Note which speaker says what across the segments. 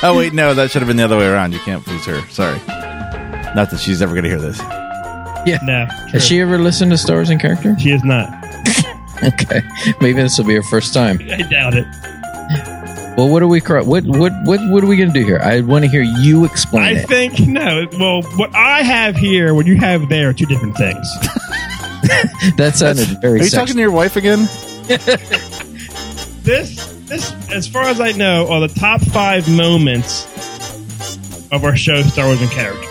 Speaker 1: Oh, wait. No, that should have been the other way around. You can't please her. Sorry. Not that she's ever going to hear this.
Speaker 2: No, true.
Speaker 3: Has she ever listened to Stars in Character?
Speaker 2: She is not.
Speaker 3: Okay. Maybe this will be her first time.
Speaker 2: I doubt it.
Speaker 3: Well, what are we cro- what what what what are we going to do here? I want to hear you explain
Speaker 2: I
Speaker 3: it.
Speaker 2: think no. Well, what I have here, what you have there, are two different things.
Speaker 3: that sounded
Speaker 1: Are
Speaker 3: very
Speaker 1: you
Speaker 3: sexual.
Speaker 1: talking to your wife again?
Speaker 2: this, this, as far as I know, are the top five moments of our show, Star Wars and Character.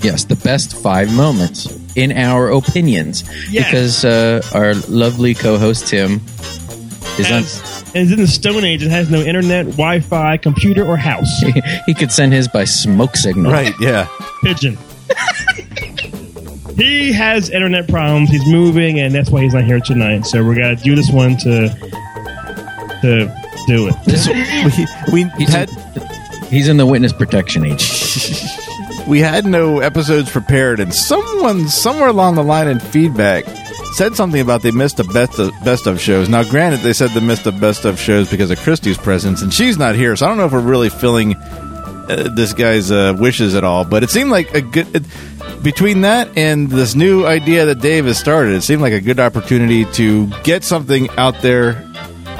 Speaker 3: Yes, the best five moments in our opinions.
Speaker 2: Yes.
Speaker 3: Because uh, our lovely co host Tim is
Speaker 2: As, and it's in the Stone Age and has no internet, Wi-Fi, computer, or house.
Speaker 3: on. He could send his by smoke signal.
Speaker 1: Right. Yeah.
Speaker 2: Pigeon. he has internet problems. He's moving, and that's why he's not here tonight. So we're gonna do this one to to do it.
Speaker 3: This,
Speaker 1: We, we,
Speaker 3: he's,
Speaker 1: had,
Speaker 3: in, he's in the witness protection age.
Speaker 1: we had no episodes prepared, and someone somewhere along the line in feedback said something about they missed the best of, best of shows. Now, granted, they said they missed the best of shows because of Christie's presence, and she's not here, so I don't know if we're really filling uh, this guy's uh, wishes at all. But it seemed like a good. It, between that and this new idea that Dave has started, it seemed like a good opportunity to get something out there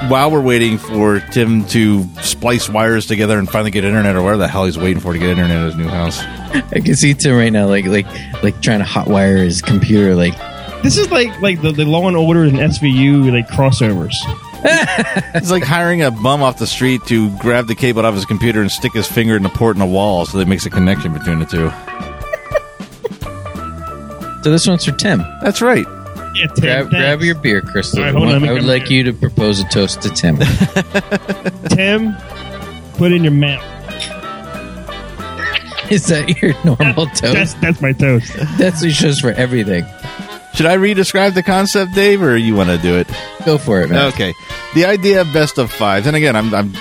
Speaker 1: while we're waiting for Tim to splice wires together and finally get internet or whatever the hell he's waiting for to get internet at his new house.
Speaker 3: I can see Tim right now, like like like trying to hotwire his computer. Like
Speaker 2: This is like like the, the Law and Order and SVU like crossovers.
Speaker 1: It's like hiring a bum off the street to grab the cable out of his computer and stick his finger in a port in a wall so that it makes a connection between the two.
Speaker 3: so, this one's for Tim.
Speaker 1: That's right.
Speaker 2: Yeah, Tim,
Speaker 3: Grab
Speaker 2: thanks.
Speaker 3: grab your beer, Crystal.
Speaker 2: All right, hold on, let me
Speaker 3: I would
Speaker 2: grab
Speaker 3: like
Speaker 2: my beer.
Speaker 3: you to propose a toast to Tim.
Speaker 2: Tim, put in your mouth.
Speaker 3: is that your normal
Speaker 2: That's
Speaker 3: toast?
Speaker 2: that's my toast.
Speaker 3: That's what shows for everything.
Speaker 1: Should I re-describe the concept, Dave, or you want to do it?
Speaker 3: Go for it, man.
Speaker 1: Okay. The idea of best of fives, and again, I'm, I'm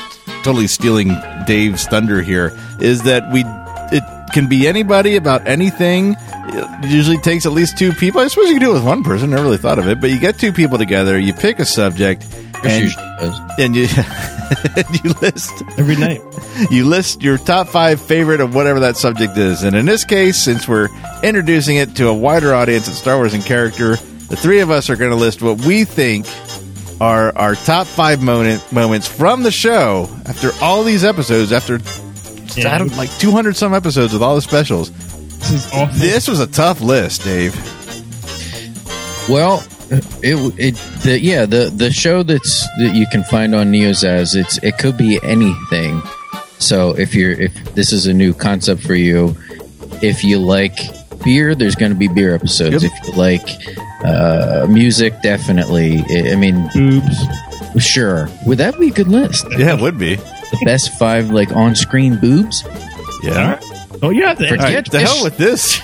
Speaker 1: totally stealing Dave's thunder here, is that we it can be anybody about anything. It usually takes at least two people. I suppose you can do it with one person. Never really thought of it, but you get two people together. You pick a subject,
Speaker 3: As
Speaker 1: and,
Speaker 3: usual does.
Speaker 1: and you and you list
Speaker 2: Every night.
Speaker 1: you list your top five favorite of whatever that subject is. And in this case, since we're introducing it to a wider audience at Star Wars in Character, the three of us are going to list what we think are our top five moment, moments from the show after all these episodes, after
Speaker 2: Yeah.
Speaker 1: I don't, like 200 some episodes with all the specials.
Speaker 2: This is awful.
Speaker 1: This was a tough list, Dave.
Speaker 3: Well, it it the, yeah the the show that's that you can find on NeoZaz it's it could be anything. So if you're if this is a new concept for you, if you like beer, there's going to be beer episodes.
Speaker 1: Yep.
Speaker 3: If you like uh, music, definitely. I, I mean,
Speaker 2: boobs.
Speaker 3: sure. Would that be a good list?
Speaker 1: Yeah, it would be.
Speaker 3: The best five like on-screen boobs.
Speaker 2: All
Speaker 1: Yeah.
Speaker 2: right. Oh, you don't have to.
Speaker 1: All right, the hell with this.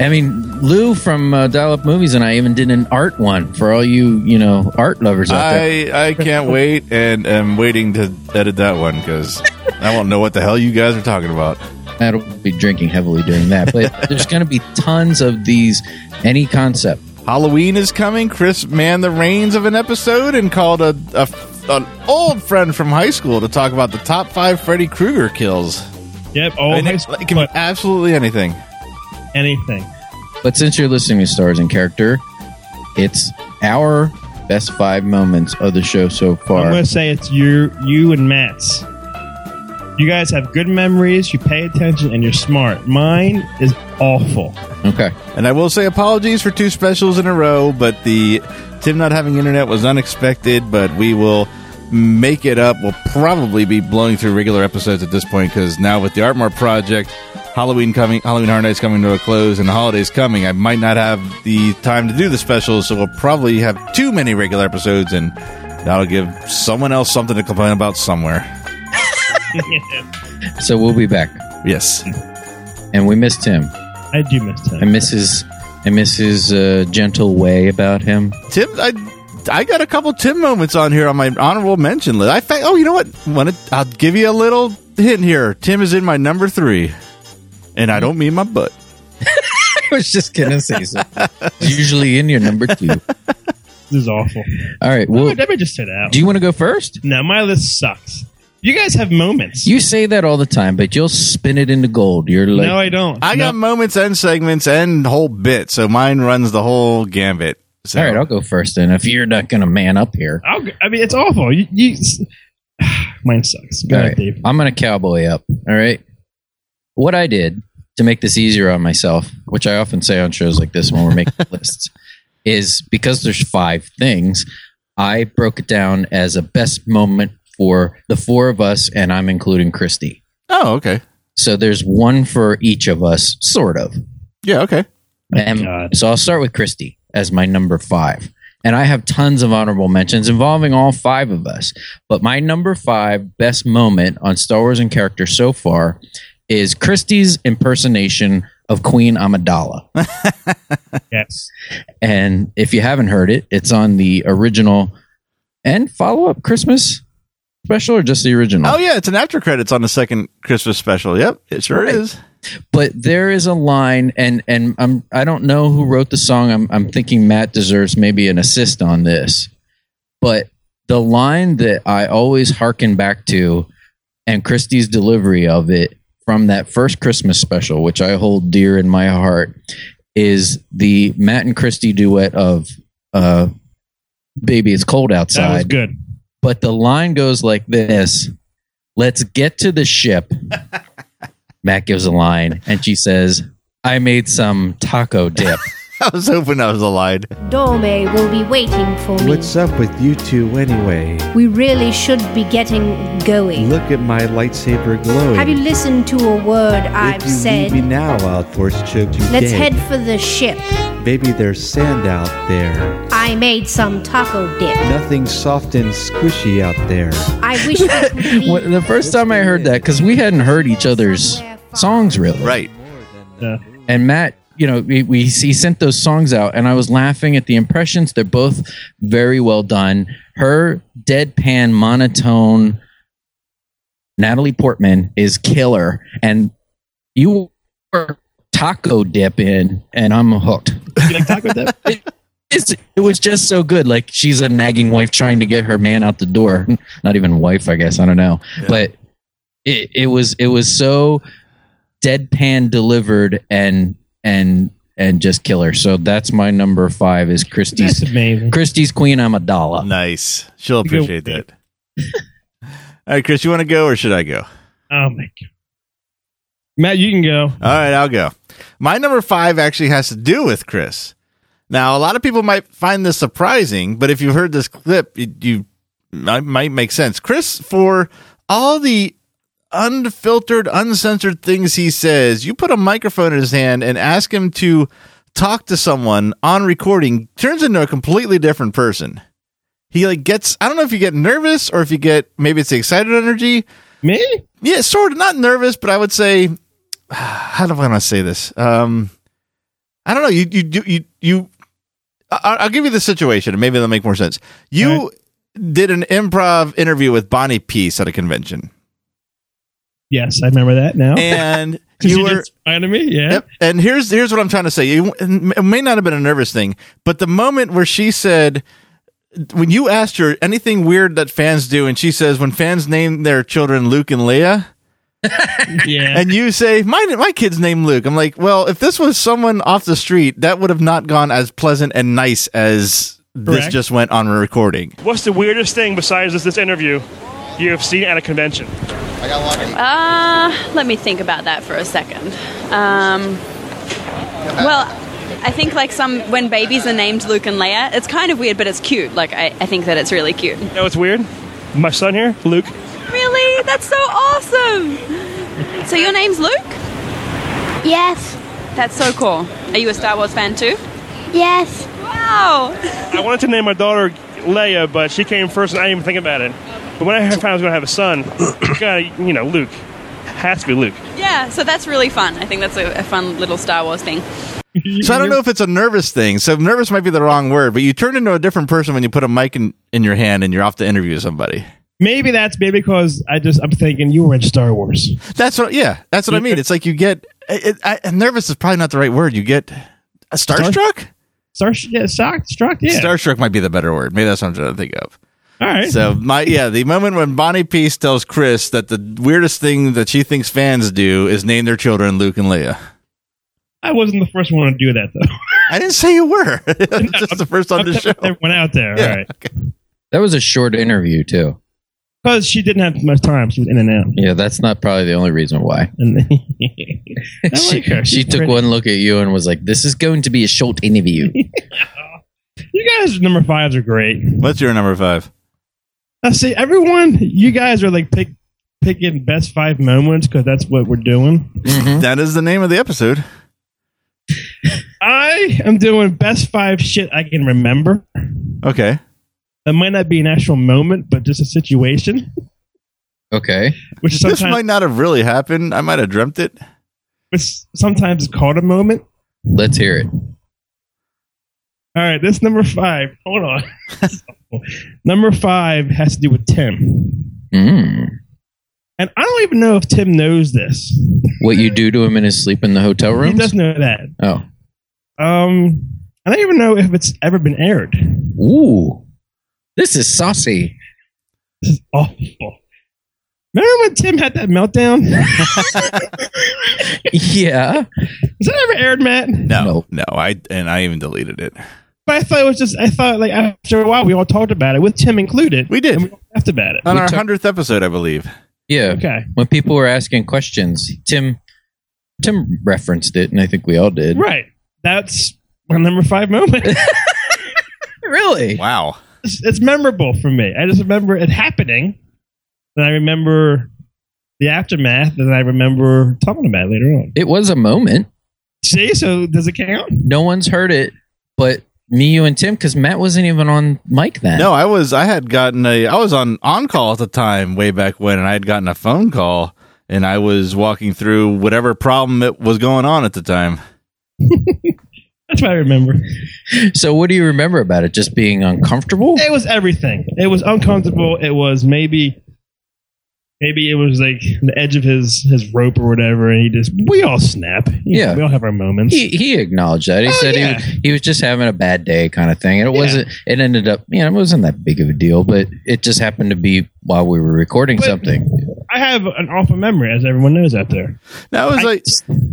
Speaker 3: I mean, Lou from uh, Dial Up Movies and I even did an art one for all you you know art lovers out there.
Speaker 1: I, I can't wait and am waiting to edit that one because I won't know what the hell you guys are talking about.
Speaker 3: I don't be drinking heavily during that, but there's going to be tons of these. Any concept.
Speaker 1: Halloween is coming. Chris manned the reins of an episode and called a, a an old friend from high school to talk about the top five Freddy Krueger kills.
Speaker 2: uh, Yep. All
Speaker 1: I mean,
Speaker 2: high
Speaker 1: it-
Speaker 2: school,
Speaker 1: it can be absolutely anything.
Speaker 2: anything.
Speaker 3: But since you're listening to Stars and Character, it's our best five moments of the show so
Speaker 2: I'm
Speaker 3: far.
Speaker 2: going to say it's you, you and Matt's. You guys have good memories. You pay attention, and you're smart. Mine is awful.
Speaker 3: Okay.
Speaker 1: And I will say apologies for two specials in a row, but the Tim not having internet was unexpected, but we will make it up. We'll probably be blowing through regular episodes at this point because now with the Artmore project, Halloween coming, Halloween Horror Nights coming to a close, and the holidays coming, I might not have the time to do the specials, so we'll probably have too many regular episodes, and that'll give someone else something to complain about somewhere.
Speaker 3: So we'll be back.
Speaker 1: Yes.
Speaker 3: And we missed him.
Speaker 2: I do miss
Speaker 3: I
Speaker 2: him.
Speaker 3: miss his, I miss his uh, gentle way about him.
Speaker 1: Tim, I I got a couple Tim moments on here on my honorable mention list. I fa- oh, you know what? Wanna, I'll give you a little hint here. Tim is in my number three, and I don't mean my butt.
Speaker 3: I was just going to say something. Usually in your number two.
Speaker 2: This is awful.
Speaker 3: All right.
Speaker 2: Oh,
Speaker 3: Well,
Speaker 2: let me just sit out.
Speaker 3: do you want to go first?
Speaker 2: No, my list sucks. You guys have moments.
Speaker 3: You say that all the time, but you'll spin it into gold. You're like,
Speaker 2: no, I don't.
Speaker 1: I got
Speaker 2: No.
Speaker 1: moments and segments and whole bit, so mine runs the whole gambit. So
Speaker 3: all right, I'll go first then. If you're not going to man up here,
Speaker 2: I'll, g- I mean, it's awful. You, you, mine sucks. Go
Speaker 3: all
Speaker 2: ahead,
Speaker 3: right,
Speaker 2: Dave.
Speaker 3: I'm going to cowboy up. All right. What I did to make this easier on myself, which I often say on shows like this when we're making lists, is because there's five things, I broke it down as a best moment for the four of us, and I'm including Christy.
Speaker 1: oh, okay.
Speaker 3: So there's one for each of us, sort of.
Speaker 1: Yeah, okay.
Speaker 3: And
Speaker 2: God.
Speaker 3: Um, so I'll start with Christy as my number five. And I have tons of honorable mentions involving all five of us. But my number five best moment on Star Wars and character so far is Christy's impersonation of Queen Amidala.
Speaker 2: Yes.
Speaker 3: and if you haven't heard it, it's on the original and follow up Christmas special or just the original?
Speaker 1: Oh, yeah, it's an after credits on the second Christmas special. Yep, it sure
Speaker 3: Right.
Speaker 1: is.
Speaker 3: but there is a line and and I'm I don't know who wrote the song. I'm I'm thinking Matt deserves maybe an assist on this. But the line that I always hearken back to and Christie's delivery of it from that first Christmas special, which I hold dear in my heart, is the Matt and Christie duet of uh Baby It's Cold
Speaker 2: That was
Speaker 3: Outside.
Speaker 2: good.
Speaker 3: But the line goes like this Let's get to the ship. Matt gives a line and she says, I made some taco dip.
Speaker 1: I was hoping I was a line.
Speaker 4: Dorme will be waiting for me.
Speaker 5: What's up with you two anyway?
Speaker 4: We really should be getting going.
Speaker 5: Look at my lightsaber glowing.
Speaker 4: Have you listened to a word I've
Speaker 5: if you
Speaker 4: said?
Speaker 5: Leave me now, I'll force choke you
Speaker 4: Let's
Speaker 5: dead.
Speaker 4: head for the ship.
Speaker 5: Baby, there's sand out there.
Speaker 4: I made some taco dip.
Speaker 5: Nothing soft and squishy out there.
Speaker 4: I wish that would be
Speaker 3: When- the first time I heard that, because we hadn't heard each other's songs really.
Speaker 1: Right.
Speaker 2: Yeah.
Speaker 3: And Matt, you know, we, we he sent those songs out and I was laughing at the impressions. They're both very well done. Her deadpan monotone Natalie Portman is killer. And you were taco dip in and I'm hooked.
Speaker 2: You like talk with that?
Speaker 3: It's, it was just so good. Like she's a nagging wife trying to get her man out the door. Not even wife, I guess. I don't know. But it, it was it was so deadpan delivered and and and just killer. So that's my number five is
Speaker 2: That's
Speaker 3: Christie's
Speaker 2: amazing.
Speaker 3: Christie's Queen Amidala.
Speaker 1: Nice. She'll
Speaker 2: You go-
Speaker 1: appreciate that. All right, Chris, you want to go or should I go?
Speaker 2: Oh my god. Matt, you can go.
Speaker 1: All right, I'll go. My number five actually has to do with Chris. Now, a lot of people might find this surprising, but if you've heard this clip, it, you might, might make sense. Chris, for all the unfiltered, uncensored things he says, you put a microphone in his hand and ask him to talk to someone on recording, turns into a completely different person. He like gets I don't know if you get nervous or if you get maybe it's the excited energy,
Speaker 2: Me?
Speaker 1: yeah, sort of. Not nervous, but I would say, how do I want to say this? Um, I don't know. You, you, do you, you. I, I'll give you the situation, and maybe that'll make more sense. You did an improv interview with Bonnie Peace at a convention,
Speaker 2: Yes, I remember that now.
Speaker 1: And
Speaker 2: 'Cause
Speaker 1: you
Speaker 2: you
Speaker 1: were
Speaker 2: just reminded me, yeah.
Speaker 1: Yep. And here's here's what I'm trying to say. You- It may not have been a nervous thing, but the moment where she said, when you asked her anything weird that fans do, and she says, when fans name their children Luke and Leia,
Speaker 2: Yeah.
Speaker 1: and you say, my my kid's name Luke. I'm like, well, if this was someone off the street, that would have not gone as pleasant and nice as this
Speaker 2: Correct.
Speaker 1: just went on a recording.
Speaker 6: What's the weirdest thing besides this, this interview you have seen at a convention?
Speaker 7: Uh, let me think about that for a second. Um, well, I think like some when babies are named Luke and Leia, it's kind of weird, but it's cute. Like I, I think that it's really cute.
Speaker 6: You know what's weird? My son here, Luke.
Speaker 7: Really, that's so awesome. So your name's Luke?
Speaker 8: Yes,
Speaker 7: That's so cool. Are you a Star Wars fan too?
Speaker 8: yes.
Speaker 7: Wow.
Speaker 6: I wanted to name my daughter Leia, but she came first and I didn't even think about it. But when I found I was going to have a son, gotta, you know, Luke. Has to be Luke.
Speaker 7: Yeah. So that's really fun. I think that's a, a fun little Star Wars thing.
Speaker 1: So I don't know if it's a nervous thing. So nervous might be the wrong word, but you turn into a different person when you put a mic in, in your hand and you're off to interview somebody.
Speaker 2: Maybe that's maybe because I just I'm thinking you were in Star Wars.
Speaker 1: That's what. Yeah, that's what I mean. It's like you get it, I, and nervous is probably not the right word. You get uh, starstruck.
Speaker 2: Star yeah, shocked, struck, yeah.
Speaker 1: Starstruck might be the better word. Maybe that's what I'm trying to think of.
Speaker 2: All right.
Speaker 1: So my yeah, the moment when Bonnie Peace tells Chris that the weirdest thing that she thinks fans do is name their children Luke and Leia.
Speaker 2: I wasn't the first one to do that though.
Speaker 1: I didn't say you were. It's just the first on the show.
Speaker 2: Everyone out there.
Speaker 1: Yeah.
Speaker 2: All right.
Speaker 3: That was a short interview too.
Speaker 2: Because she didn't have much time. She was in and out.
Speaker 3: Yeah, that's not probably the only reason why.
Speaker 2: And I
Speaker 3: She,
Speaker 2: like her.
Speaker 3: she
Speaker 2: She's
Speaker 3: took
Speaker 2: pretty.
Speaker 3: one look at you and was like, "This is going to be a short interview."
Speaker 2: You guys, number fives are great.
Speaker 1: What's your number five?
Speaker 2: I see everyone. You guys are like pick picking best five moments because that's what we're doing.
Speaker 1: That is the name of the episode.
Speaker 2: I am doing best five shit I can remember.
Speaker 1: Okay.
Speaker 2: That might not be an actual moment, but just a situation,
Speaker 3: okay,
Speaker 2: which is
Speaker 1: This might
Speaker 2: sometimes
Speaker 1: not have really happened. I might have dreamt it.
Speaker 2: which sometimes is called a moment.
Speaker 3: let's hear it.
Speaker 2: All right, this number five. Hold on. number five has to do with Tim,
Speaker 3: Mm.
Speaker 2: and I don't even know if Tim knows this.
Speaker 3: What you do to him in his sleep in the hotel
Speaker 2: He
Speaker 3: room?
Speaker 2: does know that.
Speaker 3: Oh,
Speaker 2: Um, I don't even know if it's ever been aired.
Speaker 3: ooh, this is saucy.
Speaker 2: This is awful. Remember when Tim had that meltdown?
Speaker 3: yeah.
Speaker 2: Was that ever aired, Matt?
Speaker 1: No, no. I and I even deleted it.
Speaker 2: But I thought it was just. I thought like after a while we all talked about it with Tim included.
Speaker 1: We Uh, did.
Speaker 2: And we all laughed about it.
Speaker 1: on
Speaker 3: We
Speaker 1: our
Speaker 3: took-
Speaker 1: hundredth episode, I believe.
Speaker 3: Yeah.
Speaker 2: Okay.
Speaker 3: When people were asking questions, Tim Tim referenced it, and I think we all did.
Speaker 2: Right. That's my number five moment.
Speaker 3: Really?
Speaker 1: Wow.
Speaker 2: it's, it's memorable for me. I just remember it happening, and I remember the aftermath, and I remember talking about it later on.
Speaker 3: It was a moment.
Speaker 2: See, so does it count?
Speaker 3: No one's heard it, but me, you, and Tim, because Matt wasn't even on mic then.
Speaker 1: No, I was I had gotten a I was on on call at the time way back when, and I had gotten a phone call, and I was walking through whatever problem it was going on at the time.
Speaker 2: That's what I remember.
Speaker 3: So what do you remember about it? Just being uncomfortable?
Speaker 2: It was everything. It was uncomfortable. It was maybe, maybe it was like the edge of his his rope or whatever, and he just we all snap. You know,
Speaker 3: Yeah.
Speaker 2: we all have our moments.
Speaker 3: He, he acknowledged that. He
Speaker 2: Oh,
Speaker 3: said
Speaker 2: yeah.
Speaker 3: he, was- he was just having a bad day kind of thing. And it
Speaker 2: Yeah.
Speaker 3: wasn't, it ended up, you know, it wasn't that big of a deal, but it just happened to be while we were recording
Speaker 2: But-
Speaker 3: something.
Speaker 2: I have an awful memory, as everyone knows out there.
Speaker 1: That was like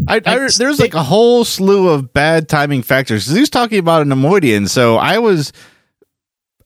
Speaker 1: I, I,
Speaker 3: I-
Speaker 1: there's like a whole slew of bad timing factors. 'Cause He was talking about a Nemoidian, so I was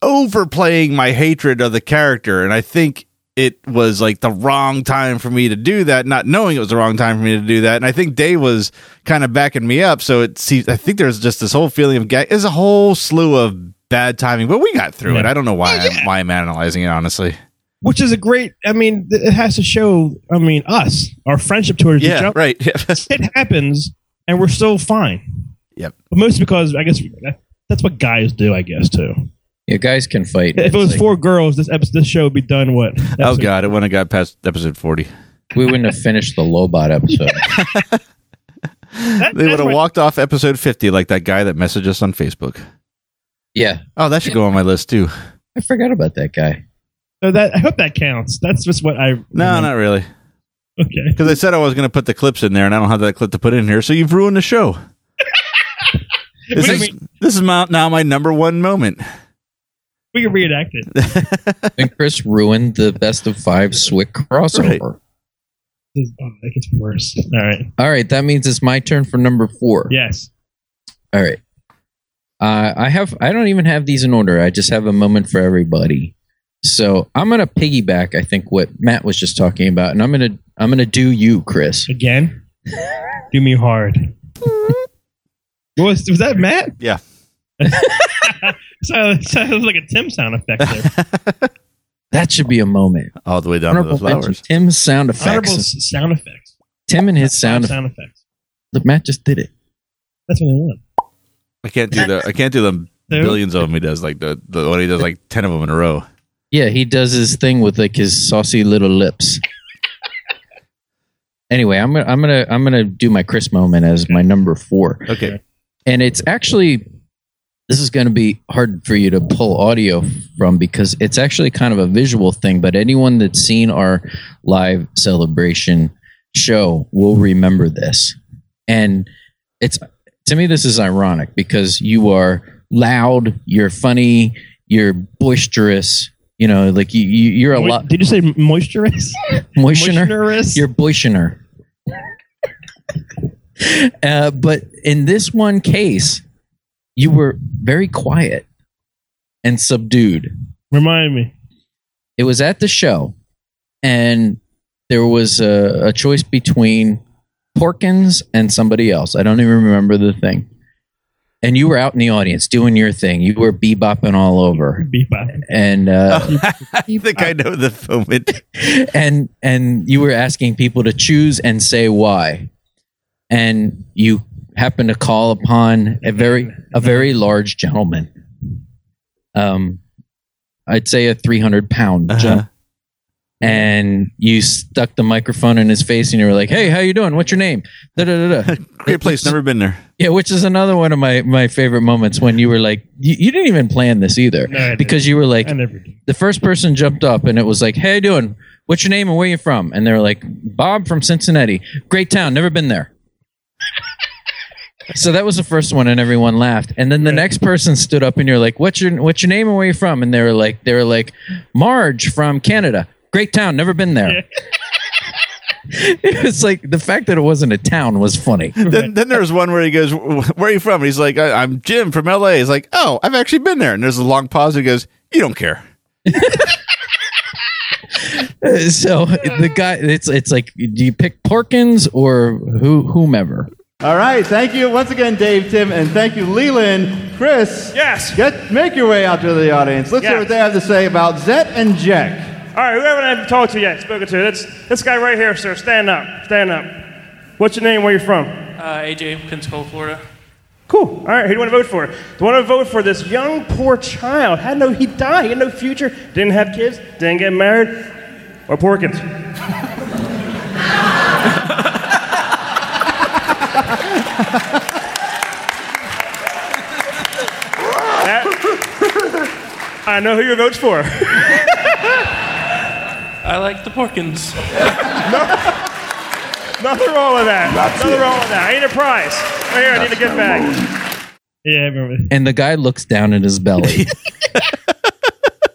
Speaker 1: overplaying my hatred of the character, and I think it was like the wrong time for me to do that, not knowing it was the wrong time for me to do that. And I think Dave was kind of backing me up, so it seems. I think there's just this whole feeling of ga- is a whole slew of bad timing, but we got through it. I don't know why I'm, why I'm analyzing it honestly.
Speaker 2: Which is a great. I mean, th- it has to show. I mean, us our friendship towards each
Speaker 1: Yeah,
Speaker 2: other.
Speaker 1: right.
Speaker 2: It happens, and we're still fine.
Speaker 1: Yep.
Speaker 2: But mostly because I guess that's what guys do. I guess too.
Speaker 3: Yeah, guys can fight.
Speaker 2: If
Speaker 3: It's
Speaker 2: it was
Speaker 3: like,
Speaker 2: four girls, this episode, this show would be done. What?
Speaker 1: oh god, it wouldn't have got past episode forty.
Speaker 3: we wouldn't have finished the Lobot episode.
Speaker 2: That-
Speaker 1: They
Speaker 2: that's
Speaker 1: would have
Speaker 2: what-
Speaker 1: walked off episode 50 like that guy that messaged us on Facebook.
Speaker 3: yeah.
Speaker 1: Oh, that should go on my list too.
Speaker 3: I forgot about that guy.
Speaker 2: So that I hope that counts. That's just what I
Speaker 1: No, not really.
Speaker 2: Okay.
Speaker 1: Because I said I was going to put the clips in there, and I don't have that clip to put in here, so you've ruined the show. this,
Speaker 2: do you
Speaker 1: is, this is my, now my number one moment.
Speaker 2: We can reenact it.
Speaker 3: And Chris ruined the best of five Swick crossover.
Speaker 2: This is- oh, that gets worse. All right.
Speaker 3: All right, that means it's my turn for number four.
Speaker 2: Yes.
Speaker 3: All right. Uh, I have. I don't even have these in order. I just have a moment for everybody. So I'm gonna piggyback. I think what Matt was just talking about, and I'm gonna I'm gonna do you, Chris.
Speaker 2: Again. Do me hard. What was, was that Matt?
Speaker 1: Yeah.
Speaker 2: So so it was like a Tim sound effect there.
Speaker 3: That should be a moment.
Speaker 1: All the way down to the
Speaker 3: mention,
Speaker 1: flowers.
Speaker 3: Tim's sound
Speaker 2: Honorable
Speaker 3: effects.
Speaker 2: s- sound effects.
Speaker 3: Tim and his sound.
Speaker 2: sound effects.
Speaker 3: Look, Matt just did it.
Speaker 2: That's what I want.
Speaker 1: I can't do the I can't do the billions of them he does like the the one he does like ten of them in a row.
Speaker 3: Yeah, he does his thing with like his saucy little lips. anyway, I'm gonna I'm gonna I'm gonna do my Chris moment as my number four,
Speaker 1: Okay,
Speaker 3: and it's actually this is gonna be hard for you to pull audio from because it's actually kind of a visual thing. But anyone that's seen our live celebration show will remember this, and it's to me this is ironic because you are loud, you're funny, you're boisterous. You know, like you, you you're a
Speaker 2: Mo-
Speaker 3: lot
Speaker 2: Did you say moisturize?
Speaker 3: moistener.
Speaker 2: Moisturized?
Speaker 3: You're boistener. uh, but in this one case, you were very quiet and subdued.
Speaker 2: Remind me.
Speaker 3: It was at the show, and there was a, a choice between Porkins and somebody else. I don't even remember the thing. And you were out in the audience doing your thing. You were bebopping all over,
Speaker 2: Bebop.
Speaker 3: and uh,
Speaker 1: I think I know the moment.
Speaker 3: and and you were asking people to choose and say why and you happened to call upon a very a very large gentleman um i'd say a 300 pound
Speaker 1: Uh-huh.
Speaker 3: gentleman and you stuck the microphone in his face and you were like hey how you doing what's your name da, da, da, da.
Speaker 1: Great place, never been there.
Speaker 3: Yeah, which is another one of my, my favorite moments when you were like, you, you didn't even plan this either.
Speaker 2: No, I didn't.
Speaker 3: because you were like,
Speaker 2: I never do.
Speaker 3: the first person jumped up and it was like, "Hey, how you doing? What's your name and where you from?" And they were like, "Bob from Cincinnati. Great town. Never been there." so that was the first one, and everyone laughed. And then the next person stood up, and you're like, "What's your What's your name and where you from?" And they were like, "They were like, Marge from Canada. Great town. Never been there." it's like the fact that it wasn't a town was funny.
Speaker 1: Then, then there's one where he goes, "Wh- "Where are you from?" And he's like, I, "I'm Jim from L.A." He's like, "Oh, I've actually been there." And there's a long pause. And he goes, "You don't care."
Speaker 3: so the guy, it's it's like, do you pick Porkins or who whomever?
Speaker 9: All right, thank you once again, Dave, Tim, and thank you, Leland, Chris.
Speaker 6: Yes.
Speaker 9: Get make your way out to the audience. Let's hear
Speaker 6: Yeah.
Speaker 9: what they have to say about Zet and Jack.
Speaker 6: All right, whoever I haven't talked to yet, spoken to, that's this guy right here, sir. Stand up, stand up. What's your name? Where you from?
Speaker 10: Uh, AJ, Pensacola, Florida.
Speaker 6: Cool. All right, who do you want to vote for? Do you want to vote for this young, poor child? Had no, he died. He had no future. Didn't have kids. Didn't get married. Or Porkins. That- I know who your vote's for.
Speaker 10: I like the Porkins.
Speaker 6: Nothing wrong with that. Nothing wrong with that. I need a prize. Right here, I need to get back.
Speaker 2: Yeah, I remember.
Speaker 3: and the guy looks down at his belly.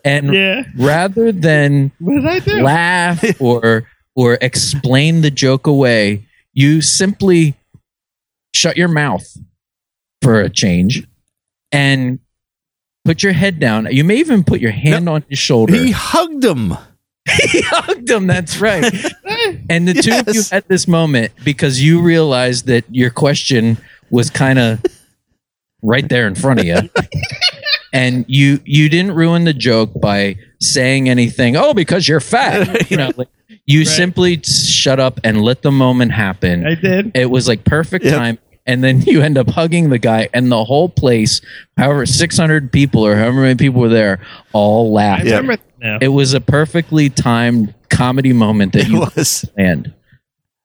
Speaker 3: and
Speaker 2: Yeah.
Speaker 3: rather than
Speaker 2: What did I do?
Speaker 3: laugh or or explain the joke away, you simply shut your mouth for a change and put your head down. You may even put your hand on his shoulder.
Speaker 1: He hugged him.
Speaker 3: he hugged him. That's right. and the two of you
Speaker 1: Yes.
Speaker 3: had this moment because you realized that your question was kind of right there in front of you, and you you didn't ruin the joke by saying anything. Oh, because you're fat. You know, like, you simply shut up and let the moment happen.
Speaker 2: I did.
Speaker 3: It was like perfect
Speaker 1: Yep.
Speaker 3: time. And then you end up hugging the guy, and the whole place, however, 600 people or however many people were there, all laughed.
Speaker 1: Yeah.
Speaker 2: Remember now.
Speaker 3: It was a perfectly timed comedy moment that
Speaker 1: It
Speaker 3: you
Speaker 1: was.
Speaker 3: planned.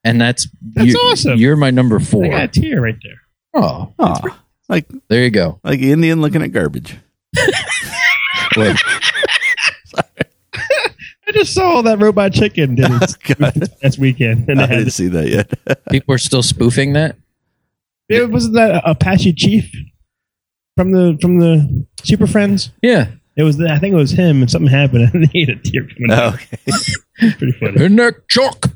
Speaker 3: And that's
Speaker 2: That's awesome.
Speaker 3: You're my number
Speaker 2: I
Speaker 3: four.
Speaker 2: got a tear right there.
Speaker 3: Oh,
Speaker 1: Aw, like
Speaker 3: there you go.
Speaker 1: like Indian looking at garbage.
Speaker 3: Look,
Speaker 2: I just saw that robot chicken did it last weekend. And
Speaker 1: I
Speaker 2: they had
Speaker 1: didn't see that yet.
Speaker 3: People are still spoofing that.
Speaker 2: It wasn't that Apache Chief from the from the Super Friends.
Speaker 3: Yeah,
Speaker 2: it was. I think it was him, and something happened, and he had a tear coming
Speaker 1: Oh.
Speaker 2: out. Pretty funny.
Speaker 3: neck chalk.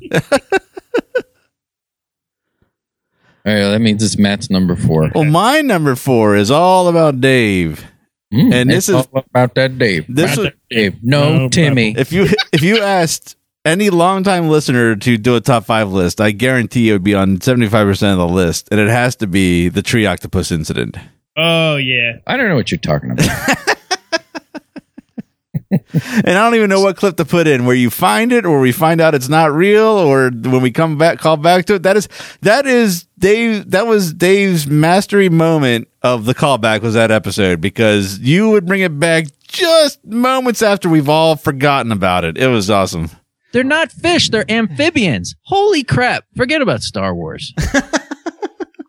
Speaker 3: All right, that means it's Matt's number four.
Speaker 1: Well, my number four is all about Dave, and this is
Speaker 3: all about that Dave.
Speaker 1: This
Speaker 3: About
Speaker 1: is-
Speaker 3: that Dave. No,
Speaker 2: No
Speaker 3: Timmy.
Speaker 1: If you if you asked any longtime listener to do a top five list, I guarantee it would be on seventy five percent of the list, and it has to be the tree octopus incident.
Speaker 2: Oh yeah,
Speaker 3: I don't know what you're talking about.
Speaker 1: And I don't even know what clip to put in where you find it, or we find out it's not real, or when we come back call back to it. That is that is Dave. That was Dave's mastery moment of the callback was that episode because you would bring it back just moments after we've all forgotten about it. It was awesome.
Speaker 3: they're not fish. They're amphibians. Holy crap! Forget about Star Wars.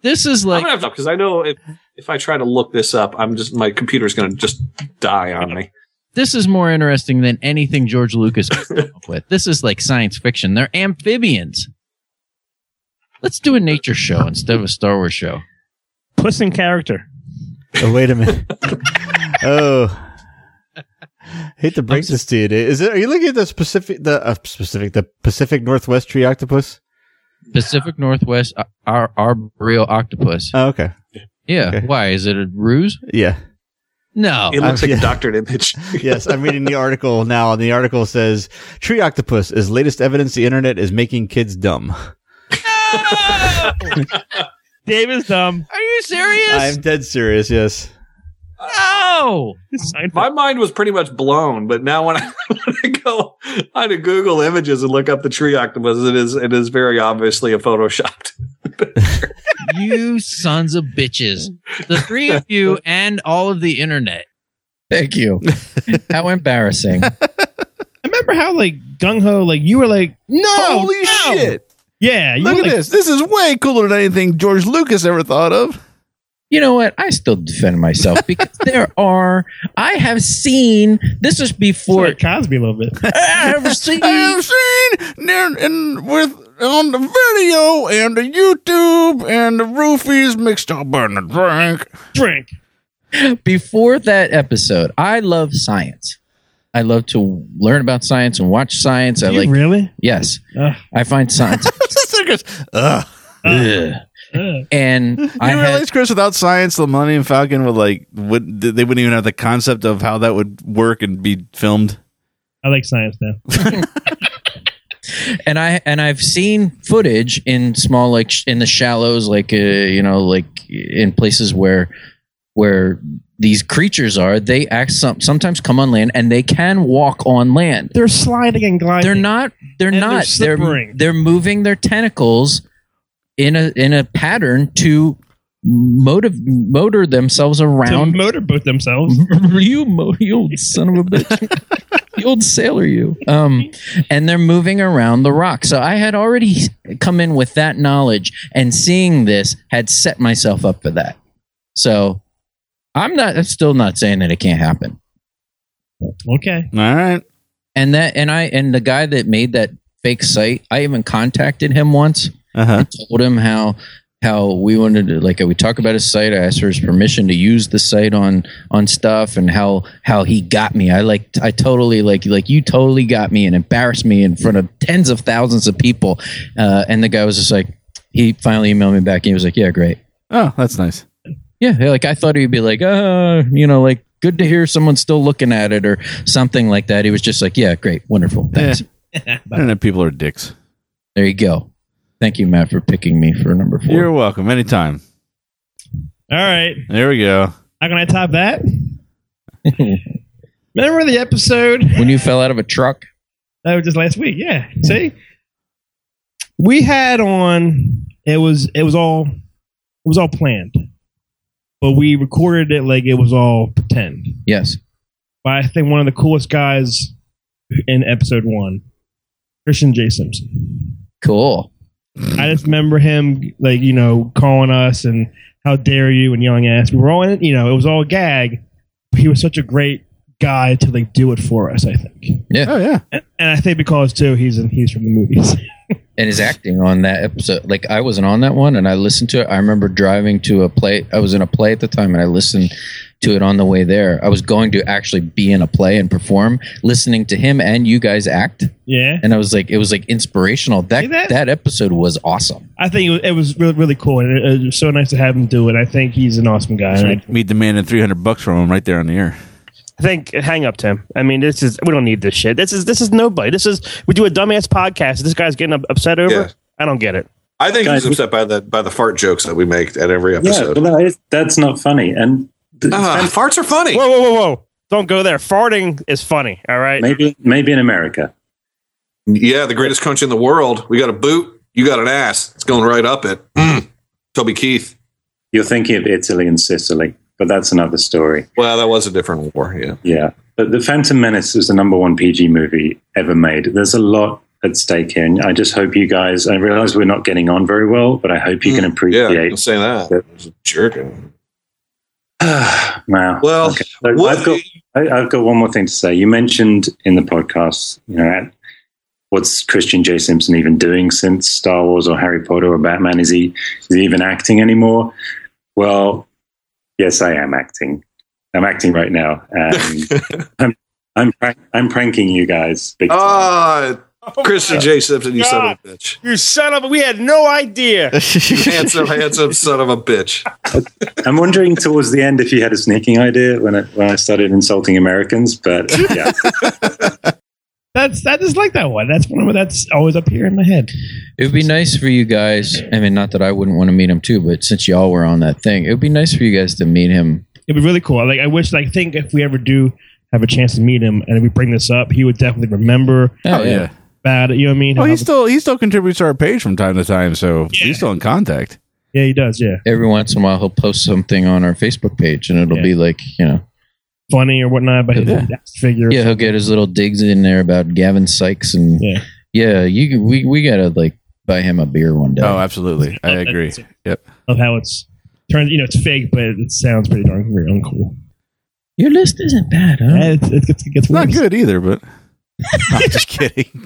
Speaker 3: this is
Speaker 11: I'm
Speaker 3: like
Speaker 11: gonna have to because I know if if I try to look this up, I'm just my computer's gonna just die on me.
Speaker 3: this is more interesting than anything George Lucas came up with. This is like science fiction. They're amphibians. Let's do a nature show instead of a Star Wars show.
Speaker 2: Puss in character.
Speaker 9: Oh, wait a minute. oh. Hate to break this to you. dude. Is it? Are you looking at the specific, the uh, specific, the Pacific Northwest tree octopus?
Speaker 3: Pacific Northwest uh, ar- arboreal octopus.
Speaker 9: Oh, okay.
Speaker 3: Yeah.
Speaker 9: Okay.
Speaker 3: Why is it a ruse?
Speaker 9: Yeah.
Speaker 3: No.
Speaker 11: It looks
Speaker 9: I'm-
Speaker 11: like
Speaker 9: yeah.
Speaker 11: doctored image.
Speaker 9: yes, I'm reading the article now, and the article says tree octopus is latest evidence the internet is making kids dumb.
Speaker 2: Dave is dumb.
Speaker 3: Are you serious?
Speaker 9: I'm dead serious. Yes.
Speaker 3: no.
Speaker 11: My mind was pretty much blown, but now when I, when I go on to Google Images and look up the tree octopus, it is it is very obviously a photoshopped.
Speaker 3: You sons of bitches. The three of you and all of the internet. Thank you. How embarrassing.
Speaker 2: I remember how like gung ho, like you were like, no,
Speaker 1: Holy
Speaker 2: no.
Speaker 1: shit!
Speaker 2: Yeah, you
Speaker 1: Look
Speaker 2: were
Speaker 1: at
Speaker 2: like,
Speaker 1: this. This is way cooler than anything George Lucas ever thought of.
Speaker 3: you know what? I still defend myself because there are. I have seen. This is before.
Speaker 2: Like Cosby a little bit.
Speaker 3: I have seen.
Speaker 1: I have seen there and with on the video and the YouTube and the roofies mixed up in the drink.
Speaker 2: Drink.
Speaker 3: before that episode, I love science. I love to learn about science and watch science. I
Speaker 2: You
Speaker 3: like.
Speaker 2: really?
Speaker 3: Yes,
Speaker 2: Ugh.
Speaker 3: I find science.
Speaker 1: Suckers. Ugh.
Speaker 3: Ugh.
Speaker 2: Ugh.
Speaker 3: And I
Speaker 1: You
Speaker 3: had,
Speaker 1: realize, Chris, without science, the Millennium Falcon would like would they wouldn't even have the concept of how that would work and be filmed.
Speaker 2: I like science now.
Speaker 3: and I and I've seen footage in small like sh- in the shallows, like uh, you know, like in places where where these creatures are. They act some, sometimes come on land and they can walk on land.
Speaker 2: They're sliding and gliding.
Speaker 3: They're not. They're
Speaker 2: And they're
Speaker 3: not. They're
Speaker 2: slippery.
Speaker 3: they're, moving their tentacles in a in a pattern to motive motor themselves
Speaker 2: to
Speaker 3: around.
Speaker 2: motorboat themselves.
Speaker 3: you, mo- you old son of a bitch. you old sailor, you. Um, and they're moving around the rock. So I had already come in with that knowledge, and seeing this had set myself up for that. So I'm not. I'm still not saying that it can't happen. Mm-hmm.
Speaker 2: Okay.
Speaker 1: All right.
Speaker 3: and that and i and the guy that made that fake site i even contacted him once
Speaker 1: Uh huh.
Speaker 3: told him how how we wanted to like we talk about his site i asked for his permission to use the site on on stuff and how how he got me i like i totally like like you totally got me and embarrassed me in front of tens of thousands of people uh, and the guy was just like he finally emailed me back and he was like yeah great
Speaker 1: Oh, that's nice.
Speaker 3: yeah, yeah, like I thought he'd be like, uh, you know, like good to hear someone's still looking at it or something like that. He was just like, yeah, great, wonderful, thanks.
Speaker 1: Internet people are dicks.
Speaker 3: There you go. Thank you, Matt, for picking me for number 4
Speaker 1: You're welcome. Anytime.
Speaker 2: All right.
Speaker 1: There we go.
Speaker 2: How can I top that? Remember the episode
Speaker 3: when you fell out of a truck,
Speaker 2: that was just last week? Yeah. See, we had on. It was it was all it was all planned, but we recorded it like it was all pretend.
Speaker 3: yes.
Speaker 2: But I think one of the coolest guys in episode one, Christian J Simpson.
Speaker 3: Cool.
Speaker 2: I just remember him, like, you know, calling us and how dare you and yelling at us. We were all in, you know, it was all a gag. But he was such a great guy to like do it for us. I think.
Speaker 3: Yeah.
Speaker 2: Oh yeah. And, and I think because too, he's in, he's from the movies.
Speaker 3: and his acting on that episode like i wasn't on that one and i listened to it i remember driving to a play i was in a play at the time and i listened to it on the way there i was going to actually be in a play and perform listening to him and you guys act
Speaker 2: yeah.
Speaker 3: and i was like it was like inspirational that that? episode was awesome
Speaker 2: I think it was, it was really really cool, and it, it was so nice to have him do it. I think he's an awesome guy. and I-
Speaker 1: Meet the man in 300 bucks from him right there on the air.
Speaker 6: I think hang up, Tim. I mean, this is we don't need this shit. This is this is nobody. This is we do a dumbass podcast. This guy's getting up- upset over.
Speaker 11: Yeah.
Speaker 6: I don't get it.
Speaker 11: I think
Speaker 6: Guys,
Speaker 11: he's upset by the by the fart jokes that we make at every episode.
Speaker 12: Yeah, well, that is, that's not funny. And th-
Speaker 11: Ah, farts are funny.
Speaker 6: Whoa, whoa, whoa, whoa! Don't go there. Farting is funny. All right.
Speaker 12: maybe maybe in America.
Speaker 11: Yeah, the greatest country in the world. We got a boot. You got an ass. It's going right up it. Mm. Toby Keith.
Speaker 12: You're thinking of Italy and Sicily, but that's another story.
Speaker 11: Well, that was a different war. Yeah.
Speaker 12: Yeah. But The Phantom Menace is the number one PG movie ever made. There's a lot at stake here. And I just hope you guys, I realize we're not getting on very well, but I hope you can appreciate
Speaker 11: Hmm, Yeah, don't say that. It's a jerk.
Speaker 12: Wow.
Speaker 11: Well,
Speaker 12: Okay. So I've got I, I've got one more thing to say. You mentioned in the podcast, you know, at, what's Christian J. Simpson even doing since Star Wars or Harry Potter or Batman? Is he is he even acting anymore? Well, yes, I am acting. I'm acting right now. Um, I'm I'm prank, I'm pranking you guys. Big time.
Speaker 11: Ah,
Speaker 9: Oh
Speaker 11: Christian J. Simpson, you son of a bitch.
Speaker 6: You son of a. We had no idea.
Speaker 11: You handsome, handsome son of a bitch.
Speaker 12: I'm wondering towards the end if you had a sneaking idea when I, when I started insulting Americans, but yeah.
Speaker 2: that's I just like that one. That's one that's always up here in my head.
Speaker 3: it would be nice for you guys i mean not that i wouldn't want to meet him too but since y'all were on that thing it would be nice for you guys to meet him
Speaker 2: It'd be really cool. Like I wish. Like I think if we ever do have a chance to meet him, and we bring this up, he would definitely remember.
Speaker 1: Oh, yeah.
Speaker 2: About it, you know what I mean?
Speaker 1: Well,
Speaker 2: How
Speaker 1: he
Speaker 2: the-
Speaker 1: still he still contributes to our page from time to time, so he's still in contact.
Speaker 2: yeah, he does. Yeah,
Speaker 3: every once in a while he'll post something on our facebook page and it'll be like you know
Speaker 2: funny or whatnot, but
Speaker 3: Yeah.
Speaker 2: yeah. figure.
Speaker 3: Yeah, he'll get his little digs in there about Gavin Sykes and
Speaker 2: yeah,
Speaker 3: you we we gotta like buy him a beer one day.
Speaker 1: Oh, absolutely, I agree. Yep.
Speaker 2: Of how it's turned. You know, it's fake, but it sounds pretty darn real and cool.
Speaker 3: Your list isn't bad, huh?
Speaker 2: Yeah, it's- it gets, it gets
Speaker 1: Not
Speaker 2: worse.
Speaker 1: good either, but I'm just kidding.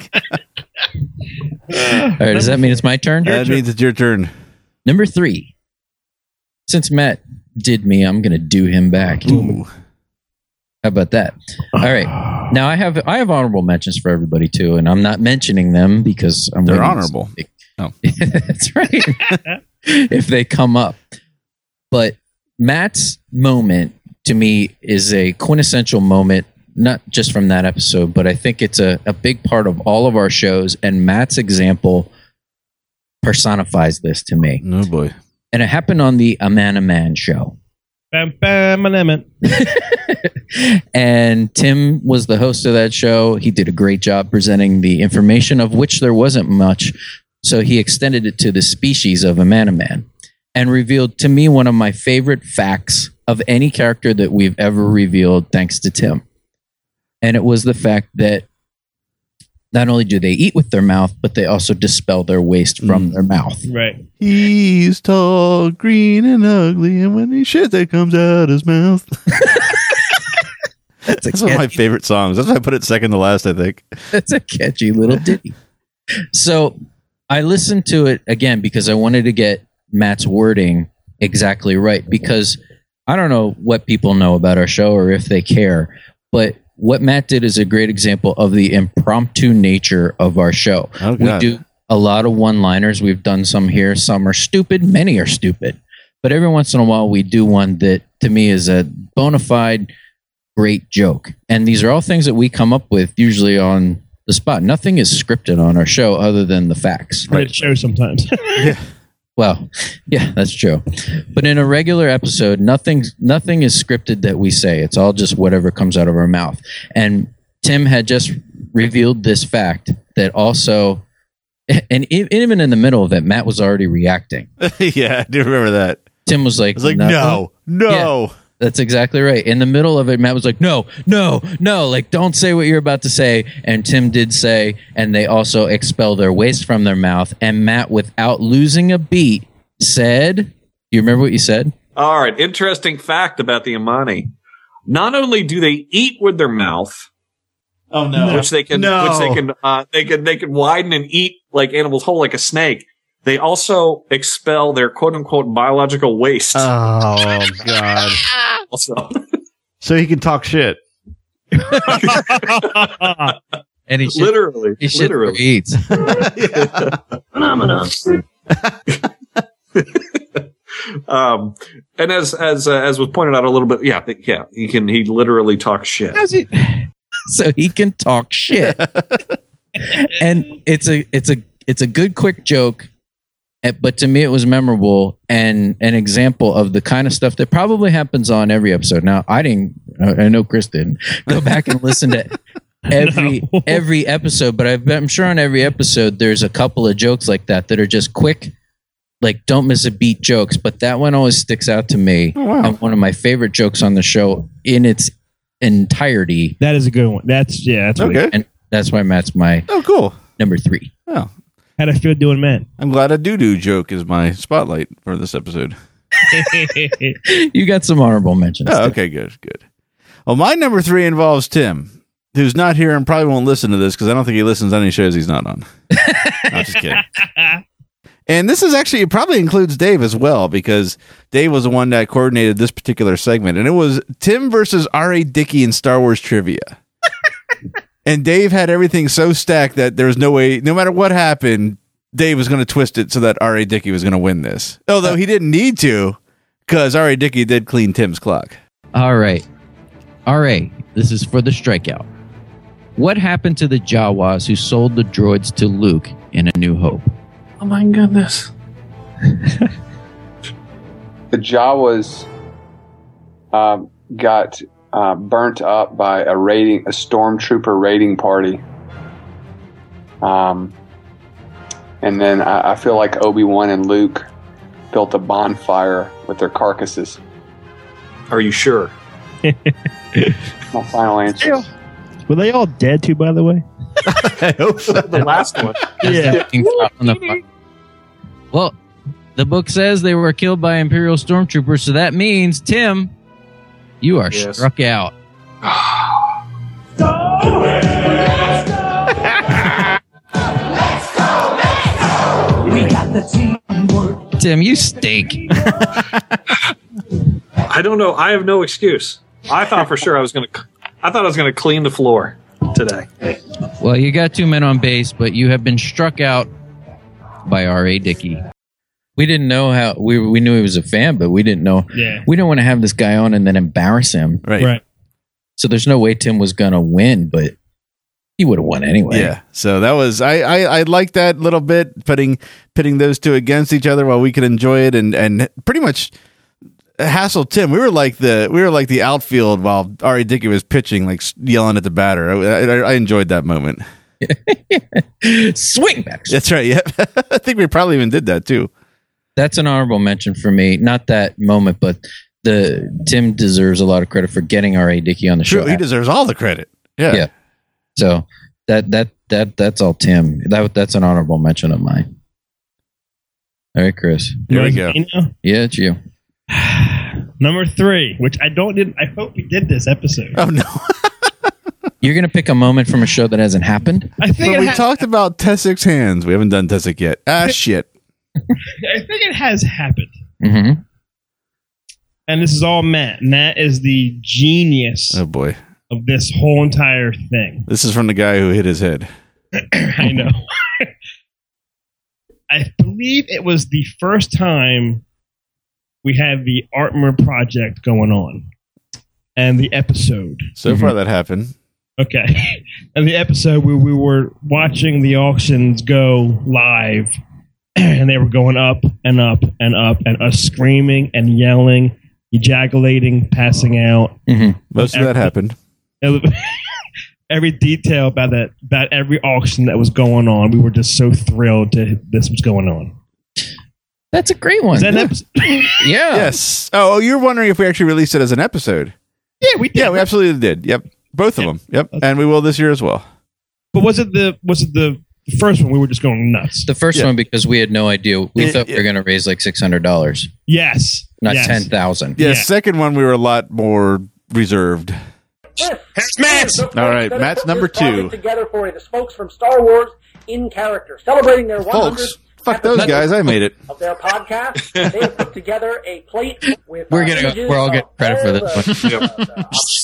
Speaker 3: All right, does that mean it's my turn?
Speaker 1: That means it's your turn.
Speaker 3: Number three. Since Matt did me, I'm gonna do him back. How about that? All right. Now I have I have honorable mentions for everybody too, and I'm not mentioning them because I'm
Speaker 1: They're
Speaker 3: waiting to
Speaker 1: honorable.
Speaker 3: see-
Speaker 1: Oh.
Speaker 3: That's right. if they come up. But Matt's moment to me is a quintessential moment, not just from that episode, but I think it's a, a big part of all of our shows. And Matt's example personifies this to me.
Speaker 1: Oh boy.
Speaker 3: And it happened on the A Man a Man show.
Speaker 2: Bam, bam, and em, em.
Speaker 3: And Tim was the host of that show. He did a great job presenting the information, of which there wasn't much. So he extended it to the species of a man man and revealed to me one of my favorite facts of any character that we've ever revealed, thanks to Tim. And it was the fact that not only do they eat with their mouth, but they also dispel their waste from their mouth.
Speaker 2: Right.
Speaker 1: He's tall, green, and ugly, and when he shit that comes out his mouth.
Speaker 3: That's,
Speaker 1: one of my favorite songs. That's why I put it second to last, I think.
Speaker 3: That's a catchy little ditty. So I listened to it again because I wanted to get Matt's wording exactly right because I don't know what people know about our show or if they care, but what Matt did is a great example of the impromptu nature of our show.
Speaker 1: Oh,
Speaker 3: we
Speaker 1: God.
Speaker 3: do a lot of one liners. We've done some here, some are stupid, many are stupid. But every once in a while, we do one that to me is a bona fide great joke. And these are all things that we come up with usually on the spot. Nothing is scripted on our show other than the facts.
Speaker 2: But It shows sometimes.
Speaker 3: Well, yeah, that's true. But in a regular episode, nothing nothing is scripted that we say. It's all just whatever comes out of our mouth. And Tim had just revealed this fact that also and e- even in the middle of it, Matt was already reacting.
Speaker 1: yeah, I do remember that.
Speaker 3: Tim was like,
Speaker 1: was like, "No, no."
Speaker 3: that's exactly right. In the middle of it, Matt was like, no, no, no, like, don't say what you're about to say. And Tim did say, and they also expel their waste from their mouth. And Matt, without losing a beat, said, you remember what you said?
Speaker 11: All right. Interesting fact about the Imani. Not only do they eat with their mouth,
Speaker 9: oh no,
Speaker 11: which they can,
Speaker 9: No.
Speaker 11: which they can, uh, they can, they can widen and eat like animals whole, like a snake. They also expel their quote unquote biological waste.
Speaker 9: Oh god.
Speaker 11: also,
Speaker 9: So he can talk shit.
Speaker 3: and he
Speaker 11: literally,
Speaker 3: he shit
Speaker 11: literally.
Speaker 3: eats.
Speaker 11: Phenomenon. um, and as as uh, as was pointed out a little bit, yeah, th- yeah, he can he literally talks shit.
Speaker 3: so he can talk shit. and it's a it's a it's a good quick joke, eh, but to me it was memorable and an example of the kind of stuff that probably happens on every episode. Now I didn't, I I know Chris didn't go back and listen to every every episode, but I've, I'm sure on every episode there's a couple of jokes like that that are just quick. Like don't miss a beat jokes, but that one always sticks out to me.
Speaker 9: Oh, wow.
Speaker 3: And one of my favorite jokes on the show in its entirety.
Speaker 2: That is a good one. That's yeah. That's really
Speaker 3: and that's why Matt's my
Speaker 9: oh cool
Speaker 3: number three.
Speaker 9: Oh,
Speaker 2: how do I feel doing Matt?
Speaker 1: I'm glad a doo doo joke is my spotlight for this episode.
Speaker 3: you got some honorable mentions.
Speaker 1: Oh, okay, good, good. Well, my number three involves Tim, who's not here and probably won't listen to this because I don't think he listens to any shows he's not on. I'm just kidding. And this is actually it probably includes Dave as well because Dave was the one that coordinated this particular segment, and it was Tim versus R. A. Dickey in Star Wars trivia. and Dave had everything so stacked that there was no way, no matter what happened, Dave was going to twist it so that R. A. Dickey was going to win this. Although he didn't need to, because R. A. Dickey did clean Tim's clock.
Speaker 3: All right. All right. This is for the strikeout. What happened to the Jawas who sold the droids to Luke in A New Hope?
Speaker 10: Oh my goodness.
Speaker 13: the Jawas um, got uh, burnt up by a raiding, a stormtrooper raiding party. Um, and then I, I feel like Obi Wan and Luke built a bonfire with their carcasses.
Speaker 11: Are you sure?
Speaker 13: My final answer.
Speaker 2: Were they all dead too? By the way,
Speaker 9: I hope so.
Speaker 11: the last one.
Speaker 2: yeah.
Speaker 3: Well, the book says they were killed by Imperial stormtroopers, so that means Tim, you are
Speaker 11: Yes.
Speaker 3: struck out.
Speaker 10: We got the teamwork.
Speaker 3: Tim, you stink.
Speaker 11: I don't know. I have no excuse. I thought for sure I was going to. I thought I was going to clean the floor today.
Speaker 3: Well, you got two men on base, but you have been struck out by R.A. Dickey. We didn't know how we we knew he was a fan, but we didn't know.
Speaker 2: Yeah.
Speaker 3: We don't want to have this guy on and then embarrass him.
Speaker 1: Right.
Speaker 2: Right.
Speaker 3: So there's no way Tim was gonna win, but he would have won anyway.
Speaker 1: Yeah. So that was I I, I like that little bit putting pitting those two against each other while we could enjoy it and and pretty much hassle Tim. We were like the we were like the outfield while Ari Dickey was pitching, like s- yelling at the batter. I, I, I enjoyed that moment.
Speaker 3: Swing back.
Speaker 1: That's right. Yeah. I think we probably even did that too.
Speaker 3: That's an honorable mention for me. Not that moment, but the Tim deserves a lot of credit for getting R.A. Dickey on the show.
Speaker 1: True. He deserves all the credit. Yeah.
Speaker 3: yeah. So that that that that's all Tim. That that's an honorable mention of mine. All right, Chris.
Speaker 1: There we go.
Speaker 2: You know,
Speaker 3: Yeah, it's you.
Speaker 2: number three, which I don't did. I hope we did this episode.
Speaker 1: Oh no.
Speaker 3: You're gonna pick a moment from a show that hasn't happened.
Speaker 2: I think
Speaker 1: But
Speaker 2: it
Speaker 1: we
Speaker 2: ha-
Speaker 1: talked about Tessek's hands. We haven't done Tessek yet. Ah shit.
Speaker 2: I think it has happened,
Speaker 3: Mm-hmm.
Speaker 2: and this is all Matt. Matt is the genius
Speaker 1: Oh boy.
Speaker 2: of this whole entire thing.
Speaker 1: This is from the guy who hit his head.
Speaker 2: I know. I believe it was the first time we had the Artmer project going on, and the episode.
Speaker 1: So far that happened.
Speaker 2: Okay. And the episode where we were watching the auctions go live and they were going up and up and up and us screaming and yelling, ejaculating, passing out.
Speaker 3: Mm-hmm.
Speaker 1: Most of that happened.
Speaker 2: Every detail about that about every auction that was going on. We were just so thrilled to this was going on.
Speaker 3: That's a great one.
Speaker 2: Is that an episode?
Speaker 3: yeah.
Speaker 1: Yes. Oh, you're wondering if we actually released it as an episode.
Speaker 2: Yeah, we did.
Speaker 1: Yeah, we absolutely did. Yep. Both of them. Yep. And we will this year as well.
Speaker 2: But was it the was it the first one we were just going nuts?
Speaker 3: The first
Speaker 1: Yeah.
Speaker 3: one because we had no idea. We
Speaker 1: Yeah,
Speaker 3: thought we were going to raise like six hundred dollars,
Speaker 2: Yes.
Speaker 3: not
Speaker 2: yes.
Speaker 3: ten thousand.
Speaker 1: Yeah,
Speaker 2: Yeah.
Speaker 1: second one we were a lot more reserved.
Speaker 14: Matt's.
Speaker 1: All right, Matt's number two.
Speaker 14: Together for you, the spokes from Star Wars in character, celebrating their 100th
Speaker 1: Folks, fuck those guys. I made it.
Speaker 14: of their podcast. they have put together a plate with
Speaker 3: We're gonna.
Speaker 14: images
Speaker 3: We're all
Speaker 14: of
Speaker 3: getting credit for this one.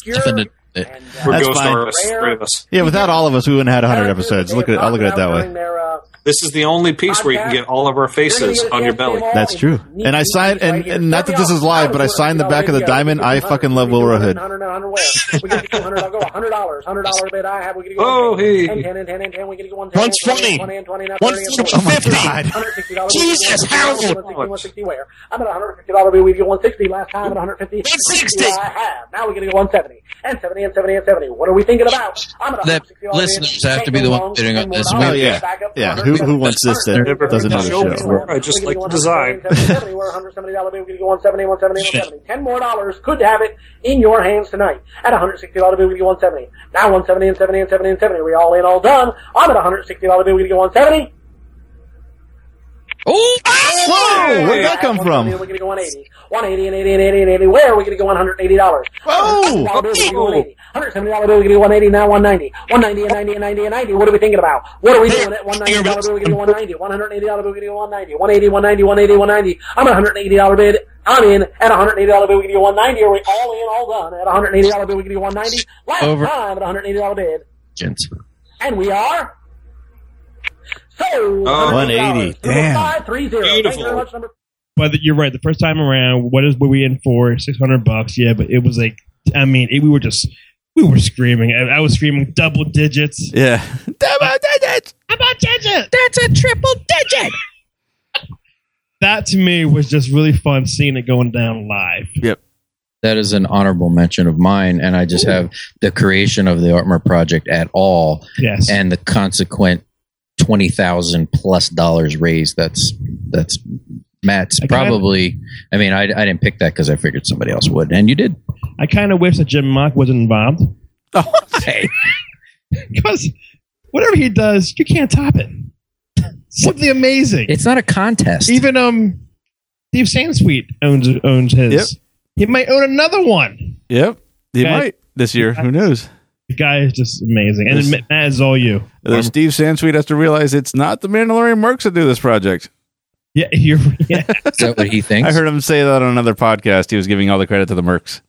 Speaker 3: Nothing to-
Speaker 14: uh,
Speaker 11: We're
Speaker 1: That's
Speaker 11: ghost
Speaker 1: fine.
Speaker 11: artists, three of us.
Speaker 1: Yeah, without all of us, we wouldn't have had 100 episodes. Look at it. I'll look at it that way.
Speaker 14: uh,
Speaker 11: This is the only piece where you can get all of our faces on your belly.
Speaker 1: That's true. And I signed, and, and not that this is live, but I signed the back of the diamond. I fucking love Wilra Hood.
Speaker 14: Hundred and hundred where we get to go hundred. I'll go hundred dollars. Hundred dollars that I have. We get to go.
Speaker 11: Oh,
Speaker 14: 10,
Speaker 11: hey.
Speaker 14: 10, 10, and 10, and 10. We get to go one.
Speaker 11: One's funny.
Speaker 14: One
Speaker 11: Oh, my God.
Speaker 14: fifty.
Speaker 11: Jesus, Harold.
Speaker 14: One sixty. Where I'm at one hundred fifty dollars. We get one sixty last time at one hundred fifty. One sixty. I have. Now we get to go one seventy and seventy and seventy and seventy. What are we thinking about? I'm at
Speaker 3: That listeners have to be the one bidding on this.
Speaker 1: Oh yeah, yeah. Who who wants this? That doesn't know the show.
Speaker 11: I just like the design.
Speaker 14: one seventy, one seventy, one seventy. Ten more dollars could have it in your hands tonight. At one hundred sixty dollar bill, we get one seventy. Now one seventy and seventy and seventy and seventy. We all in, all done. I'm at one hundred sixty dollar bill, we get one seventy.
Speaker 3: Oh!
Speaker 1: Whoa! Where'd that come
Speaker 14: We're
Speaker 1: from?
Speaker 14: going to go 180, 180 and 80 and 80 and 80. Where are we going to go 180 dollars?
Speaker 1: Whoa!
Speaker 14: Seventy dollar bill, we can do one eighty now, one ninety, one ninety and ninety and ninety and ninety. What are we thinking about? What are we doing at one ninety dollar bill? We can do one ninety, one hundred eighty dollar bill, we can do one ninety, one eighty, one ninety, one eighty, one ninety. I'm at a hundred eighty dollar bid. I'm in at a hundred eighty dollar bill. We can do one ninety. Are we all in, all done? At a hundred eighty dollar bill, we can do one ninety. Last
Speaker 3: Over.
Speaker 14: time at a hundred eighty dollar bid,
Speaker 3: Gents.
Speaker 14: and we are. So
Speaker 2: Oh. 180, damn.
Speaker 14: Five three zero. Thank you very much. Number
Speaker 2: But the- you're right. The first time around, what is what we in for? Six hundred bucks. Yeah, but it was like, I mean, it, we were just, we were screaming. I, I was screaming double digits.
Speaker 1: Yeah,
Speaker 2: double digits. Double digits. That's a triple digit. that to me was just really fun seeing it going down live.
Speaker 1: Yep.
Speaker 3: That is an honorable mention of mine, and I just have the creation of the Artmer project at all,
Speaker 2: Yes.
Speaker 3: and the consequent twenty thousand plus dollars raised. That's that's Matt's probably. I mean, I, I didn't pick that because I figured somebody else would, and you did.
Speaker 2: I kind of wish that Jim Mock wasn't involved.
Speaker 3: Hey.
Speaker 2: Because whatever he does, you can't top it. Something amazing.
Speaker 3: It's not a contest.
Speaker 2: Even um, Steve Sansweet owns owns his.
Speaker 1: Yep.
Speaker 2: He might own another one.
Speaker 1: Yep, he
Speaker 2: Guys-
Speaker 1: might this year. Who knows?
Speaker 2: The guy is just amazing, and
Speaker 1: This-
Speaker 2: Ma- Matt is all you.
Speaker 1: Though Steve Sansweet has to realize it's not the Mandalorian Mercs that do this project.
Speaker 2: Yeah, you're. Yeah.
Speaker 3: Is that what he thinks?
Speaker 1: I heard him say that on another podcast. He was giving all the credit to the Mercs.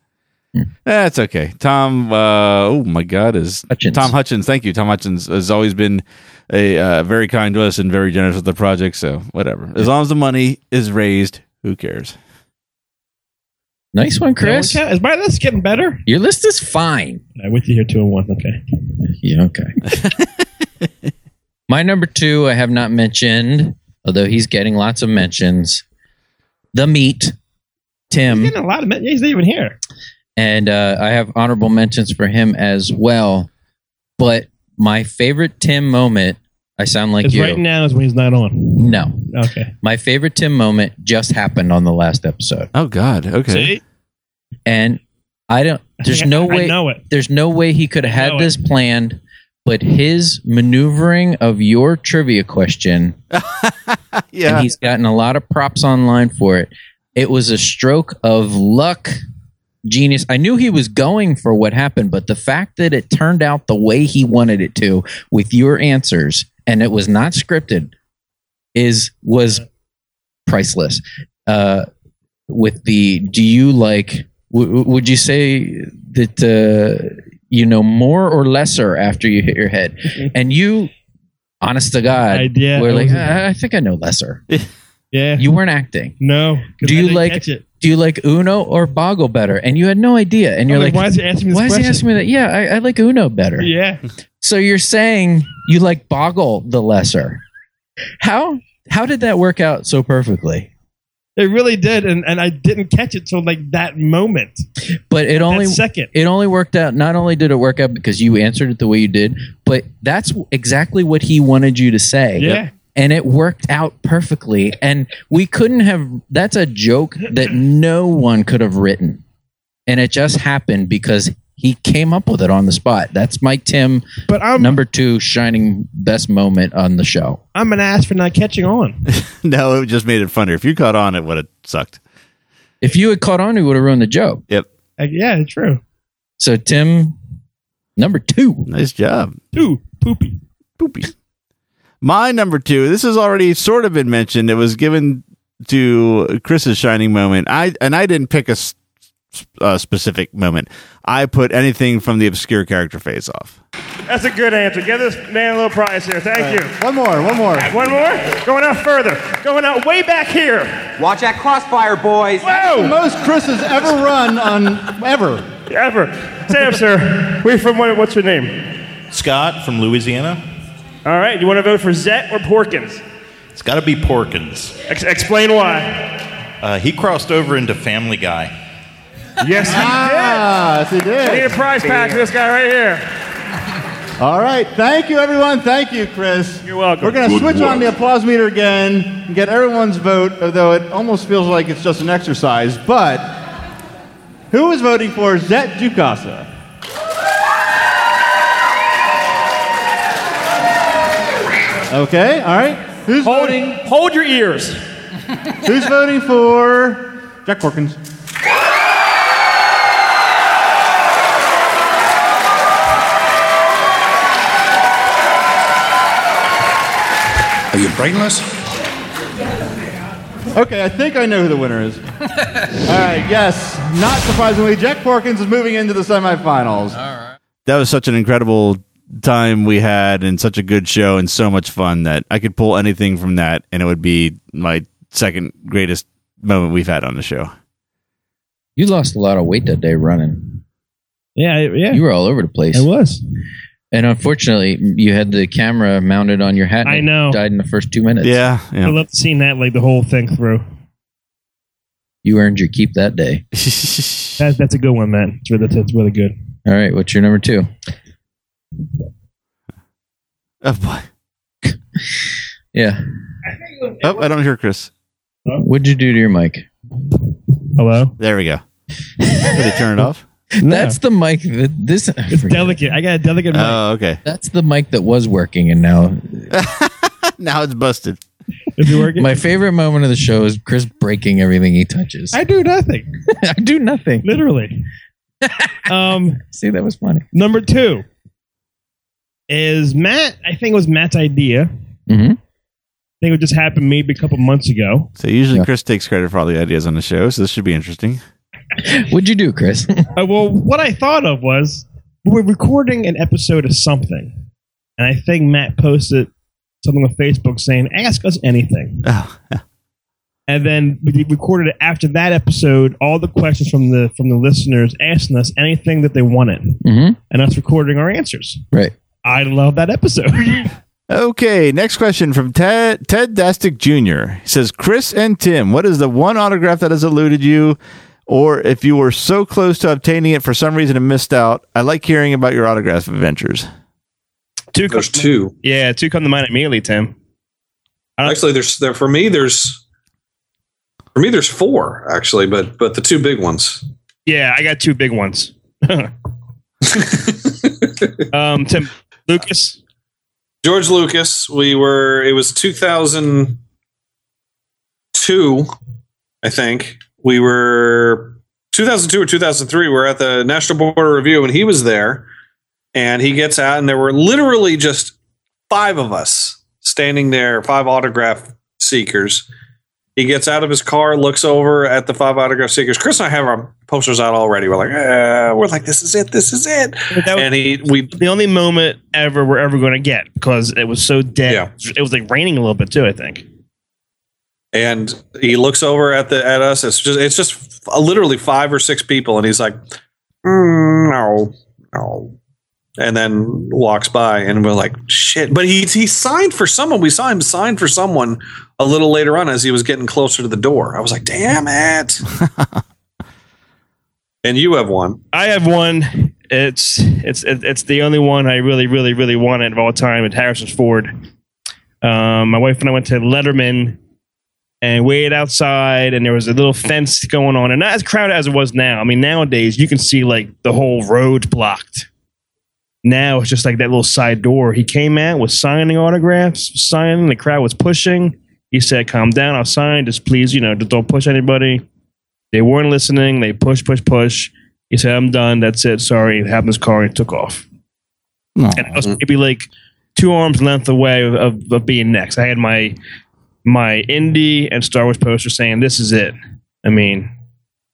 Speaker 1: Hmm. That's okay. Tom, uh, oh my God, is Tom Hutchins? Thank you, Tom Hutchins has always been a uh, very kind to us and very generous with the project. So whatever, as long as the money is raised, who cares?
Speaker 3: Nice one, Chris.
Speaker 2: Yeah, is my list getting better?
Speaker 3: Your list is fine.
Speaker 2: I'm with you here, two and one.
Speaker 3: Mm-hmm.
Speaker 2: Okay.
Speaker 3: Yeah, okay. My number two, I have not mentioned, although he's getting lots of mentions. The meat, Tim,
Speaker 2: Getting a lot of. men- Yeah, he's not even here.
Speaker 3: and uh, I have honorable mentions for him as well. But my favorite Tim moment, I sound like
Speaker 2: it's
Speaker 3: you.
Speaker 2: right now is when he's not on.
Speaker 3: no,
Speaker 2: Okay.
Speaker 3: my favorite Tim moment just happened on the last episode.
Speaker 1: Oh God, okay.
Speaker 2: See?
Speaker 3: and I don't. There's
Speaker 2: I-
Speaker 3: no
Speaker 2: I
Speaker 3: way.
Speaker 2: know it.
Speaker 3: There's no way he could have
Speaker 2: I
Speaker 3: had
Speaker 2: know
Speaker 3: this planned. But his maneuvering of your trivia question,
Speaker 1: Yeah.
Speaker 3: and he's gotten a lot of props online for it. It was a stroke of luck, genius. I knew he was going for what happened, but the fact that it turned out the way he wanted it to with your answers, and it was not scripted, is was priceless. Uh, with the do you like w- w- would you say that uh, you know more or lesser after you hit your head and you honest to god
Speaker 2: I- yeah,
Speaker 3: were
Speaker 2: I
Speaker 3: like
Speaker 2: was-
Speaker 3: I, I think i know lesser
Speaker 2: Yeah.
Speaker 3: you weren't acting
Speaker 2: no. 'cause
Speaker 3: do
Speaker 2: I
Speaker 3: you
Speaker 2: didn't
Speaker 3: like
Speaker 2: catch it.
Speaker 3: do you like uno or boggle better and you had no idea and
Speaker 2: I'm
Speaker 3: you're
Speaker 2: like,
Speaker 3: like,
Speaker 2: why is he asking me this
Speaker 3: why is he
Speaker 2: question?
Speaker 3: asking me that yeah I, I like uno better
Speaker 2: Yeah.
Speaker 3: so you're saying you like boggle the lesser how how did that work out so perfectly
Speaker 2: It really did, and, and I didn't catch it till like that moment.
Speaker 3: but it only
Speaker 2: second.
Speaker 3: it only worked out not only did it work out because you answered it the way you did but that's exactly what he wanted you to say
Speaker 2: Yeah.
Speaker 3: and it worked out perfectly and we couldn't have that's a joke that no one could have written and it just happened because he came up with it on the spot that's my tim
Speaker 2: but i'm
Speaker 3: number two shining best moment on the show
Speaker 2: I'm an ass for not catching on.
Speaker 1: no, it just made it funnier. If you caught on, it would have sucked.
Speaker 3: if you had caught on it would have ruined the joke
Speaker 1: Yep.
Speaker 2: Like, yeah, true.
Speaker 3: So Tim, number two.
Speaker 1: Nice job.
Speaker 2: Two poopy.
Speaker 1: My number two. This has already sort of been mentioned. It was given to Chris's shining moment. I and I didn't pick a, s- a specific moment. I put anything from the obscure character face off.
Speaker 13: That's a good answer. Give this man a little prize here. Thank
Speaker 1: All right.
Speaker 13: you.
Speaker 1: One more, one more.
Speaker 13: One more? Going out further. Going out way back here. Watch that crossfire, boys. Whoa!
Speaker 15: Most Chris has ever run on ever.
Speaker 13: Ever. Stand up, sir. We're from what, what's your name?
Speaker 16: Scott from Louisiana.
Speaker 13: All right. You want to vote for Zet or Porkins?
Speaker 16: It's got to be Porkins.
Speaker 13: Ex- explain why.
Speaker 16: Uh, he crossed over into Family Guy.
Speaker 13: Yes, he
Speaker 15: Ah, yes, he
Speaker 13: did.
Speaker 15: did.
Speaker 13: We need a prize pack for this guy right here.
Speaker 15: All right. Thank you, everyone. Thank you, Chris. You're
Speaker 13: welcome.
Speaker 15: We're going to
Speaker 13: Good
Speaker 15: switch
Speaker 13: work.
Speaker 15: on the applause meter again and get everyone's vote, although it almost feels like it's just an exercise. But who is voting for Zet Jukasa? Okay. All right. Who's voting?
Speaker 13: Hold your ears.
Speaker 15: Who's voting for Jack Corkins?
Speaker 17: Are you brainless?
Speaker 15: Okay, I think I know who the winner is. All right, yes, not surprisingly, Jack Porkins is moving into the semifinals.
Speaker 1: That was such an incredible time we had, and such a good show, and so much fun that I could pull anything from that, and it would be my second greatest moment we've had on the show.
Speaker 3: You lost a lot of weight that day running.
Speaker 2: Yeah, yeah.
Speaker 3: You were all over the place.
Speaker 2: I was.
Speaker 3: And unfortunately, you had the camera mounted on your hat. And
Speaker 2: I
Speaker 3: it
Speaker 2: know.
Speaker 3: died in the first two minutes.
Speaker 2: I love seeing that like the whole thing through.
Speaker 3: You earned your keep that day.
Speaker 2: That, that's a good one, man. It's really, that's really good.
Speaker 3: All right, what's your number two?
Speaker 1: Oh boy.
Speaker 3: yeah.
Speaker 1: Oh, I don't hear Chris.
Speaker 3: What'd you do to your mic?
Speaker 2: Hello.
Speaker 1: There we go. Did it turn it off?
Speaker 3: That's the mic. That this it's
Speaker 2: delicate. I got a delicate
Speaker 3: mic.
Speaker 1: Oh, okay.
Speaker 3: That's the mic that was working, and now
Speaker 1: now it's busted.
Speaker 2: If you working?
Speaker 3: My favorite moment of the show is Chris breaking everything he touches.
Speaker 2: I do nothing.
Speaker 3: I do nothing.
Speaker 2: Literally. um,
Speaker 3: See, that was funny.
Speaker 2: Number two is Matt. I think it was Matt's idea.
Speaker 3: Mm-hmm.
Speaker 2: I think it just happened maybe a couple months ago.
Speaker 1: So usually Chris takes credit for all the ideas on the show, so this should be interesting.
Speaker 3: What'd you do, Chris?
Speaker 2: Uh, well, what I thought of was we we're recording an episode of something, and I think Matt posted something on Facebook saying, "Ask us anything." and then we did- recorded it after that episode. All the questions from the from the listeners asking us anything that they wanted,
Speaker 3: Mm-hmm.
Speaker 2: and us recording our answers.
Speaker 3: Right.
Speaker 2: I love that episode.
Speaker 1: Okay, next question from Ted Ted Dastick Jr. He says, Chris and Tim, what is the one autograph that has eluded you? Or if you were so close to obtaining it for some reason and missed out, I like hearing about your autograph adventures.
Speaker 2: two
Speaker 11: there's two.
Speaker 2: Yeah, two come to mind immediately, Tim.
Speaker 11: Actually, there's there for me. There's for me. There's four actually, but but the two big ones.
Speaker 2: Yeah, I got two big ones. um, Tim Lucas.
Speaker 11: George Lucas. We were. It was 2002, I think. We were 2002 or 2003. We were at the National Border Review, and he was there. And he gets out, and there were literally just five of us standing there, five autograph seekers. He gets out of his car, looks over at the five autograph seekers. Chris and I have our posters out already. We're like, eh, we're like, this is it, this is it.
Speaker 2: Oh.
Speaker 11: and he, we,
Speaker 2: the only moment ever we're ever going to get because it was so dead. It was like raining a little bit too. I think.
Speaker 11: and he looks over at the at us. It's just it's just f- literally five or six people, and he's like, "Mm, no, no, and then walks by, and we're like, shit. But he he signed for someone. We saw him sign for someone a little later on as he was getting closer to the door. I was like, damn it. and you have one.
Speaker 2: I have one. It's it's it- it's the only one I really really really wanted of all time at Harrison's Ford. Um, my wife and I went to Letterman and waited outside, and there was a little fence going on, and not as crowded as it was now. I mean, nowadays you can see like the whole road blocked. Now it's just like that little side door. He came out, was signing autographs, signing. The crowd was pushing. He said, "Calm down, I'll sign. Just please, you know, just don't push anybody." They weren't listening. They push, push, push.
Speaker 6: He said, "I'm done. That's it. Sorry." It happened his car and he took off. And I was maybe like two arms length away of, of, of being next. I had my my indie and Star Wars poster saying, "This is it." I mean,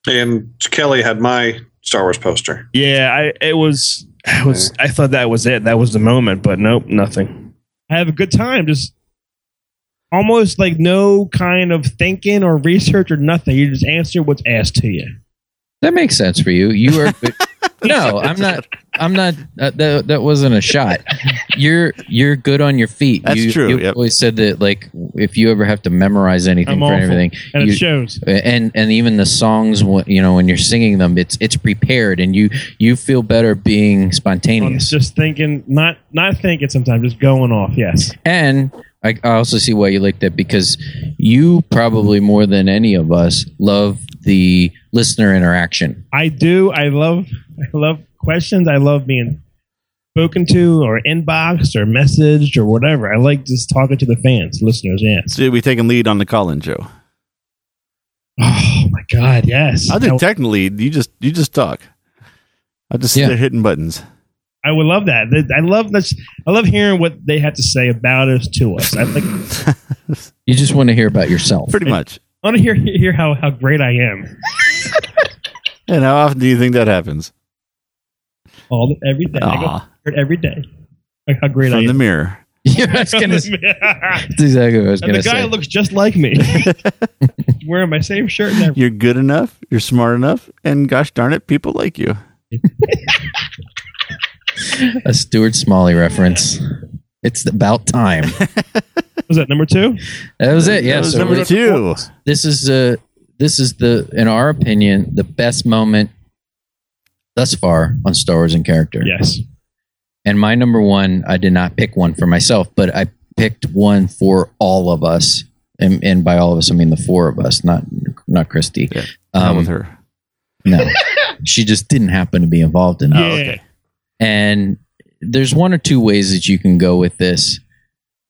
Speaker 11: and Kelly had my Star Wars poster.
Speaker 6: yeah, I it was I was I thought that was it. That was the moment, but nope, nothing.
Speaker 2: I have a good time. Just almost like no kind of thinking or research or nothing. You just answer what's asked to you.
Speaker 3: That makes sense for you. You are no, I'm not. I'm not. Uh, that, that wasn't a shot. You're you're good on your feet.
Speaker 9: That's
Speaker 3: you,
Speaker 9: true,
Speaker 3: You
Speaker 9: yep.
Speaker 3: always said that. Like if you ever have to memorize anything
Speaker 2: I'm
Speaker 3: for
Speaker 2: awful,
Speaker 3: everything,
Speaker 2: and it
Speaker 3: you-
Speaker 2: shows.
Speaker 3: And and even the songs, wh- you know, when you're singing them, it's it's prepared, and you you feel better being
Speaker 2: I'm
Speaker 3: spontaneous.
Speaker 2: just thinking, not not thinking sometimes, just going off. Yes.
Speaker 3: And I, I also see why you like that because you probably more than any of us love the listener interaction.
Speaker 2: I do. I love I love questions. I love being spoken to or inboxed or messaged or whatever. I like just talking to the fans, listeners, yes.
Speaker 9: Did we take a lead on the call in, Joe?
Speaker 2: Oh my god, yes.
Speaker 9: I
Speaker 2: Now-
Speaker 9: did technically. You just you just talk. I just sit there hitting buttons.
Speaker 2: I would love that. Th- I love this. I love hearing what they have to say about us to us. I think I
Speaker 3: You just want to hear about yourself,
Speaker 9: pretty much.
Speaker 2: want to hear hear how, how great I am.
Speaker 9: And how often do you think that happens?
Speaker 2: All every day, I go
Speaker 9: Aw.
Speaker 2: through it every day. Like how great
Speaker 9: From
Speaker 2: I
Speaker 9: the
Speaker 2: am.
Speaker 9: mirror.
Speaker 3: Yeah, I was gonna, that's exactly what I was
Speaker 2: and the
Speaker 3: going to
Speaker 2: guy
Speaker 3: say.
Speaker 2: looks just like me. Wearing my same shirt and everything.
Speaker 9: You're good enough. You're smart enough. And gosh darn it, people like you.
Speaker 3: a Stuart Smalley reference. It's about time.
Speaker 2: Was that number two?
Speaker 3: That was it.
Speaker 2: That
Speaker 3: Yeah,
Speaker 2: was
Speaker 3: so
Speaker 2: number
Speaker 3: we-
Speaker 2: two.
Speaker 3: This is uh this is the in our opinion the best moment thus far on Star Wars and character.
Speaker 2: Yes.
Speaker 3: And my number one, I did not pick one for myself, but I picked one for all of us, and, and by all of us, I mean the four of us, not not Christy. Um,
Speaker 9: Not with her.
Speaker 3: No, she just didn't happen to be involved in it.
Speaker 2: Oh,
Speaker 3: And there's one or two ways that you can go with this,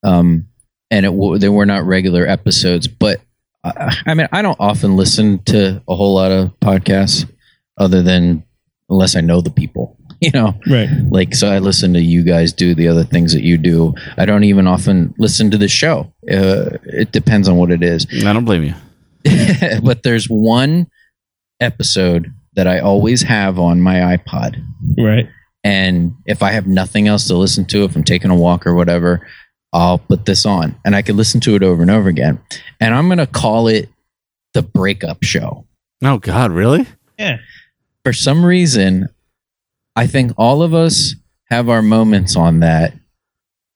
Speaker 3: um, and it w- they were not regular episodes. But I, I mean, I don't often listen to a whole lot of podcasts, other than unless I know the people, you know.
Speaker 2: Right.
Speaker 3: Like so, I listen to you guys do the other things that you do. I don't even often listen to the show. Uh, it depends on what it is.
Speaker 9: I don't blame you.
Speaker 3: but there's one episode that I always have on my iPod.
Speaker 2: Right.
Speaker 3: And if I have nothing else to listen to, if I'm taking a walk or whatever, I'll put this on and I can listen to it over and over again. And I'm going to call it the breakup show.
Speaker 9: Oh, God, really?
Speaker 2: Yeah.
Speaker 3: For some reason, I think all of us have our moments on that,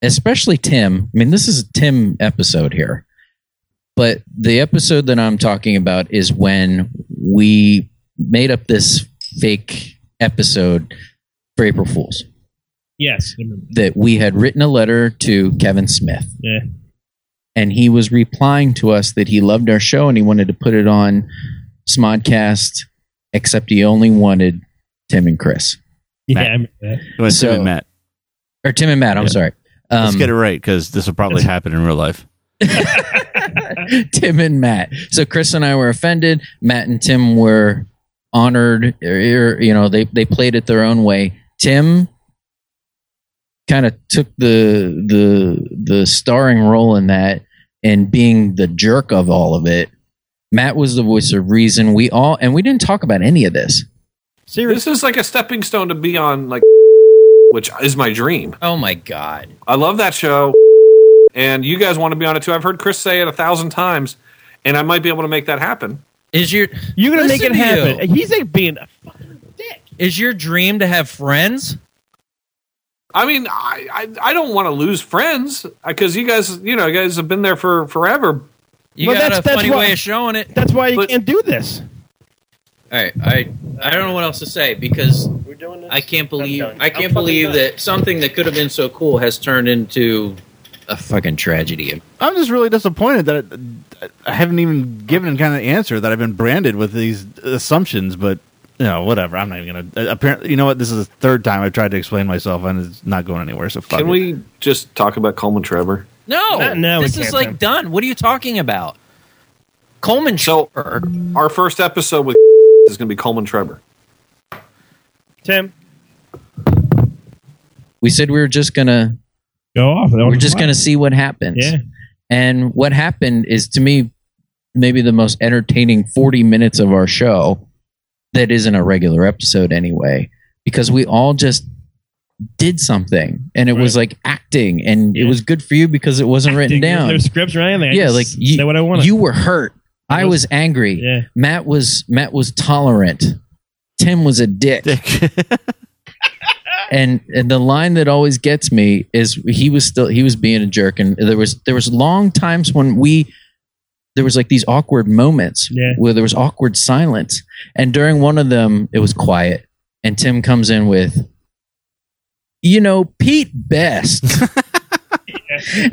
Speaker 3: especially Tim. I mean, this is a Tim episode here. But the episode that I'm talking about is when we made up this fake episode for April Fools
Speaker 2: Yes. I remember.
Speaker 3: that we had written a letter to Kevin Smith
Speaker 2: Yeah.
Speaker 3: and he was replying to us that he loved our show and he wanted to put it on Smodcast, except he only wanted Tim and Chris.
Speaker 2: Yeah. I remember that.
Speaker 9: So, Tim and Matt.
Speaker 3: Or Tim and Matt, I'm
Speaker 9: Yeah.
Speaker 3: sorry.
Speaker 9: Let's
Speaker 3: Um,
Speaker 9: get it right because this will probably happen in real life.
Speaker 3: Tim and Matt. So Chris and I were offended. Matt and Tim were honored. Or, you know, they they played it their own way. Tim kind of took the the the starring role in that and being the jerk of all of it. Matt was the voice of reason. We all and we didn't talk about any of this.
Speaker 11: This is like a stepping stone to be on, like, which is my dream.
Speaker 3: Oh my god,
Speaker 11: I love that show, and you guys want to be on it too. I've heard Chris say it a thousand times, and I might be able to make that happen.
Speaker 3: Is your
Speaker 2: You're gonna make it
Speaker 11: Listen to
Speaker 2: happen. He's like being
Speaker 3: Is your dream to have friends?
Speaker 11: I mean, I I, I don't want to lose friends because you guys, you know, you guys have been there for forever.
Speaker 3: You Well, got that's- a that's funny why- way of showing it.
Speaker 2: That's why you can't do this.
Speaker 3: All right, I I don't know what else to say because I can't believe I can't believe that something that could have been so cool has turned into a fucking tragedy.
Speaker 9: I'm just really disappointed that it, I haven't even given kind of answer that I've been branded with these assumptions, but you know, whatever. I'm not even gonna. Apparently, you know what? This is the third time I've tried to explain myself, and it's not going anywhere. So fuck.
Speaker 11: Can
Speaker 9: it.
Speaker 11: we just talk about Coleman Trevor?
Speaker 3: No,
Speaker 11: Not now, we
Speaker 3: this is
Speaker 11: can't,
Speaker 3: like
Speaker 11: man.
Speaker 3: done. What are you talking about? Coleman
Speaker 11: So our first episode with is going to be Coleman Trevor.
Speaker 2: Tim.
Speaker 3: We said we were just gonna
Speaker 2: go off. That
Speaker 3: We're
Speaker 2: was
Speaker 3: just
Speaker 2: fun.
Speaker 3: gonna see what happens.
Speaker 2: Yeah.
Speaker 3: And what happened is to me maybe the most entertaining 40 minutes of our show that isn't a regular episode anyway because we all just did something and it was like acting and it was good for you because it wasn't written down.
Speaker 2: There's scripts or anything. I
Speaker 3: yeah,
Speaker 2: just
Speaker 3: like you,
Speaker 2: say what I wanted.
Speaker 3: you were hurt. I
Speaker 2: was-
Speaker 3: was, angry. Matt was Matt was tolerant. Tim was a dick. and and the line that always gets me is he was still he was being a jerk and there was there was long times when we there was like these awkward moments
Speaker 2: Yeah.
Speaker 3: where there was awkward silence and during one of them it was quiet and Tim comes in with you know Pete Best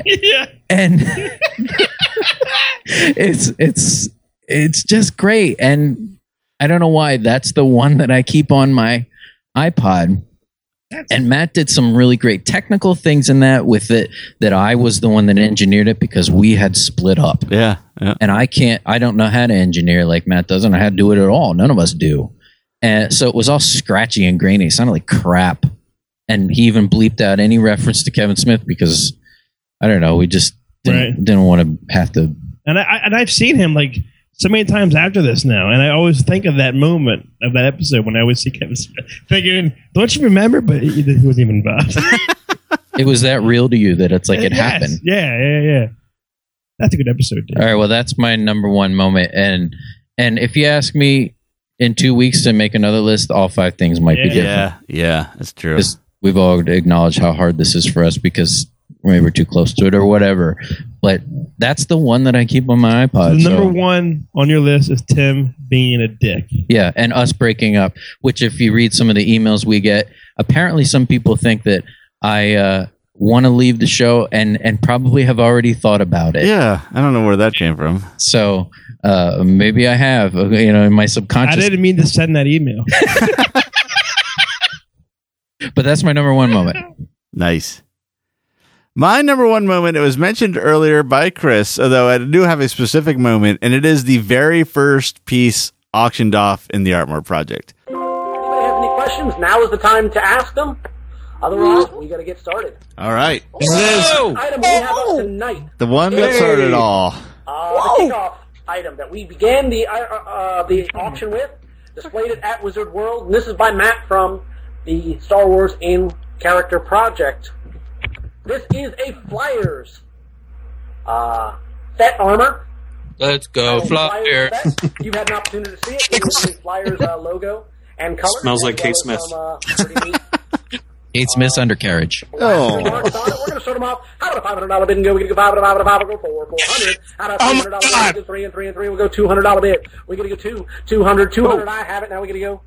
Speaker 13: yeah.
Speaker 3: and it's it's it's just great and i don't know why that's the one that i keep on my ipod and matt did some really great technical things in that with it that i was the one that engineered it because we had split up
Speaker 1: yeah, yeah.
Speaker 3: and i can't i don't know how to engineer like matt doesn't i how to do it at all none of us do and so it was all scratchy and grainy it sounded like crap and he even bleeped out any reference to kevin smith because I don't know. We just didn't, didn't want to have to.
Speaker 2: And I- I and I've seen him like so many times after this now, and I always think of that moment of that episode when I always see Kevin Smith, thinking, "Don't you remember?" But he, he wasn't even involved.
Speaker 3: It was that real to you that it's like it
Speaker 2: Uh, Yes.
Speaker 3: happened.
Speaker 2: Yeah, yeah, yeah. That's a good episode. dude.
Speaker 3: All right. Well, that's my number one moment. And and if you ask me in two weeks to make another list, all five things might be
Speaker 1: Yeah.
Speaker 3: different.
Speaker 1: Yeah, that's true.
Speaker 3: 'Cause We've all acknowledged how hard this is for us because maybe we're too close to it or whatever. But that's the one that I keep on my
Speaker 2: the
Speaker 3: iPod. so-
Speaker 2: number one on your list is Tim being a dick.
Speaker 3: Yeah, and us breaking up. Which, if you read some of the emails we get, apparently some people think that I uh, want to leave the show and and probably have already thought about it.
Speaker 1: Yeah, I don't know where that came from.
Speaker 3: So uh, maybe I have. uh, You know, in my
Speaker 2: I
Speaker 3: subconscious.
Speaker 2: didn't mean to send that email.
Speaker 3: But that's my number one moment.
Speaker 1: Nice. My number one moment, it was mentioned earlier by Chris, although I do have a specific moment, and it is the very first piece auctioned off in the Artmore project.
Speaker 14: Anybody have any questions? Now is the time to ask them. Otherwise, we got to get started.
Speaker 1: All right.
Speaker 14: Item we have up tonight.
Speaker 1: The one that
Speaker 14: Hey.
Speaker 1: started it all.
Speaker 14: Uh, the kickoff item that we began the uh, uh, the auction with, displayed it at Wizard World. And this is by Matt from the Star Wars in Character Project. This is a Flyers uh, set armor.
Speaker 18: Let's go
Speaker 14: Flyers
Speaker 18: flyer.
Speaker 14: set. You've had an opportunity to see it. It is the Flyers uh, logo and color.
Speaker 3: Smells
Speaker 14: as
Speaker 3: like
Speaker 14: well
Speaker 3: Kate
Speaker 14: as
Speaker 3: Smith.
Speaker 14: some, uh,
Speaker 3: Gates Miss undercarriage.
Speaker 1: Oh.
Speaker 14: remarks on it. We're going to sort them off. How about a five hundred dollar bid and go? We can do five hundred dollar bid, five hundred four, four hundred. How about three hundred dollar bid? We do Three and three and three. We'll go two hundred dollar bid. We're going to go two, two hundred, two hundred. I have it now. We're going to go.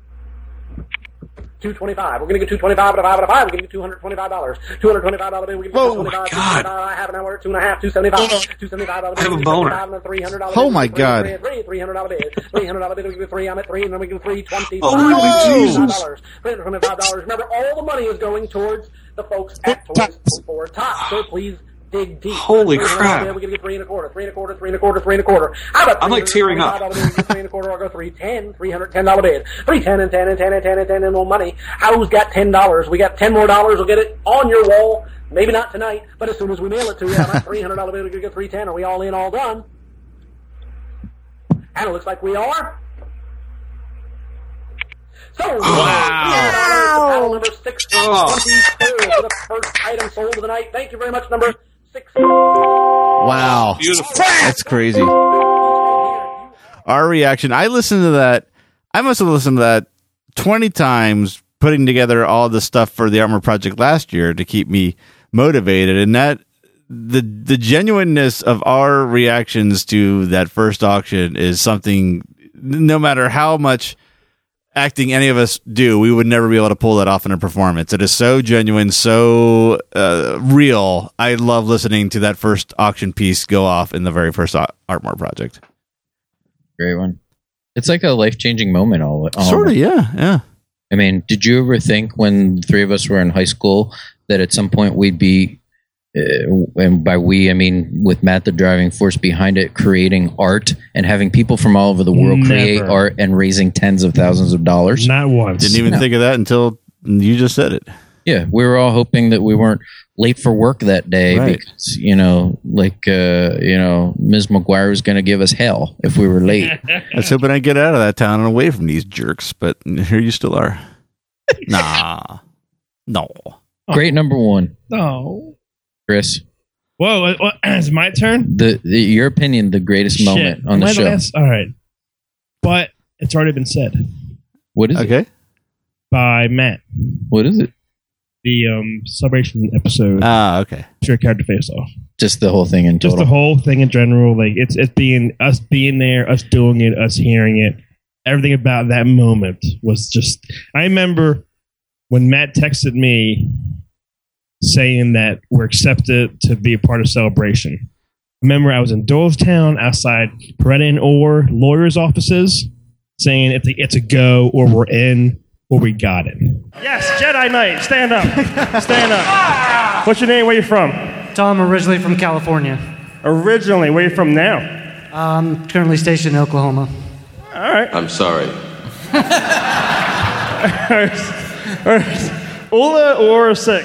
Speaker 14: 225. We're going to get 225 out of 5 out of 5. We're going to get $225. $225 bid. We're going to get
Speaker 13: Whoa,
Speaker 14: 225
Speaker 13: my God.
Speaker 14: I have an hour. Two and a half. 275. $275. I have a boner.
Speaker 1: Oh, my God.
Speaker 14: Three, $300 bid. $300 bid. We give you 3. I'm at 3. And then we give 325.
Speaker 13: Oh, Jesus.
Speaker 14: $325. Remember, all the money is going towards the folks at Toys for Tots. So please dig deep.
Speaker 11: Holy
Speaker 14: $300
Speaker 11: crap.
Speaker 14: bid. We're going to get 3 and a quarter. 3 and a quarter. 3 and a quarter. 3 and a quarter. How about
Speaker 11: I'm, like, tearing up.
Speaker 14: $325 bid? We give you 3 and a quarter. I'll go 310. $310 bid. 310 and 10 and 10 and 10 and 10 and more money. How's got $10? We got 10 more dollars. We'll get it on your wall. Maybe not tonight, but as soon as we mail it to you, how about $300 bid? We're going to get 310. Are we all in, all done? And it looks like we are. So, wow. Battle number 624 for the first item sold of the night. Thank you very much, number
Speaker 1: Wow. That's crazy. Our reaction. I listened to that. I must have listened to that 20 times putting together all the stuff for the armor project last year to keep me motivated and that the the genuineness of our reactions to that first auction is something no matter how much acting any of us do, we would never be able to pull that off in a performance. It is so genuine, so uh, real. I love listening to that first auction piece go off in the very first au- Artmore project.
Speaker 3: Great one. It's like a life changing moment. All, all
Speaker 1: Sort of, yeah, yeah.
Speaker 3: I mean, did you ever think when the three of us were in high school that at some point we'd be uh, and by we I mean with Matt the driving force behind it, creating art and having people from all over the world create
Speaker 2: Never.
Speaker 3: art and raising tens of thousands of dollars.
Speaker 2: Not once.
Speaker 1: Didn't even
Speaker 3: No.
Speaker 1: think of that until you just said it.
Speaker 3: Yeah, we were all hoping that we weren't late for work that day
Speaker 1: Right.
Speaker 3: because you know, like uh, you know, Ms. McGuire was going to give us hell if we were late.
Speaker 1: I was hoping I'd get out of that town and away from these jerks, but here you still are. Nah. No.
Speaker 3: Great number one,
Speaker 2: No.
Speaker 3: Chris.
Speaker 2: Whoa, uh, uh, it's my turn?
Speaker 3: The, the your opinion, the greatest moment
Speaker 2: Shit.
Speaker 3: on the
Speaker 2: Am I
Speaker 3: show.
Speaker 2: last? All right. But it's already been said
Speaker 3: What is
Speaker 1: Okay.
Speaker 3: it?
Speaker 2: by Matt.
Speaker 3: What is it?
Speaker 2: The um, celebration episode.
Speaker 1: Ah, okay.
Speaker 2: Pure character face off.
Speaker 3: Just the whole thing in
Speaker 2: Just
Speaker 3: total.
Speaker 2: the whole thing in general. Like it's it's being us being there, us doing it, us hearing it. Everything about that moment was just. I remember when Matt texted me saying that we're accepted to be a part of celebration. Remember, I was in Doylestown outside Beretta and Orr lawyers' offices, saying it's a, it's a go or we're in or we got it.
Speaker 19: Yes, Jedi Knight, stand up. Stand up. What's your name? Where you from?
Speaker 20: Tom, originally from California.
Speaker 19: Originally, where you from now?
Speaker 20: I'm currently stationed in Oklahoma.
Speaker 19: All right.
Speaker 21: I'm sorry.
Speaker 19: Ula or sick?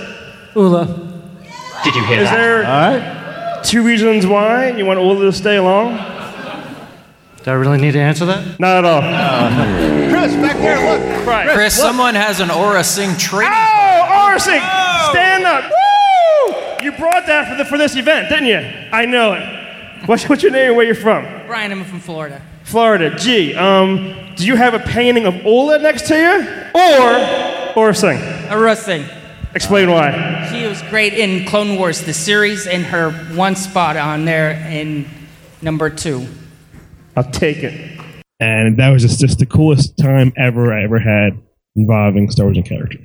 Speaker 20: Ula.
Speaker 19: Did you
Speaker 20: hear
Speaker 19: Is
Speaker 20: that?
Speaker 19: there two reasons why you want Ula to stay long?
Speaker 20: Do I really need to answer that?
Speaker 19: Not at all.
Speaker 22: Chris, back there, look.
Speaker 19: Chris,
Speaker 23: Chris, someone has an aura sing training.
Speaker 19: Oh, Orsig, stand up. Woo! You brought that for, the, for this event, didn't you? I know it. What's, what's your name and where you're from?
Speaker 4: Brian, I'm from Florida.
Speaker 19: Florida. Gee, um, do you have a painting of Ola next to you? Or Orsing?
Speaker 4: Aurora Singh.
Speaker 19: Explain why.
Speaker 4: She was great in Clone Wars, the series, and her one spot on there in number two.
Speaker 19: I'll take it.
Speaker 2: And that was just, just the coolest time ever I ever had involving Star Wars and character.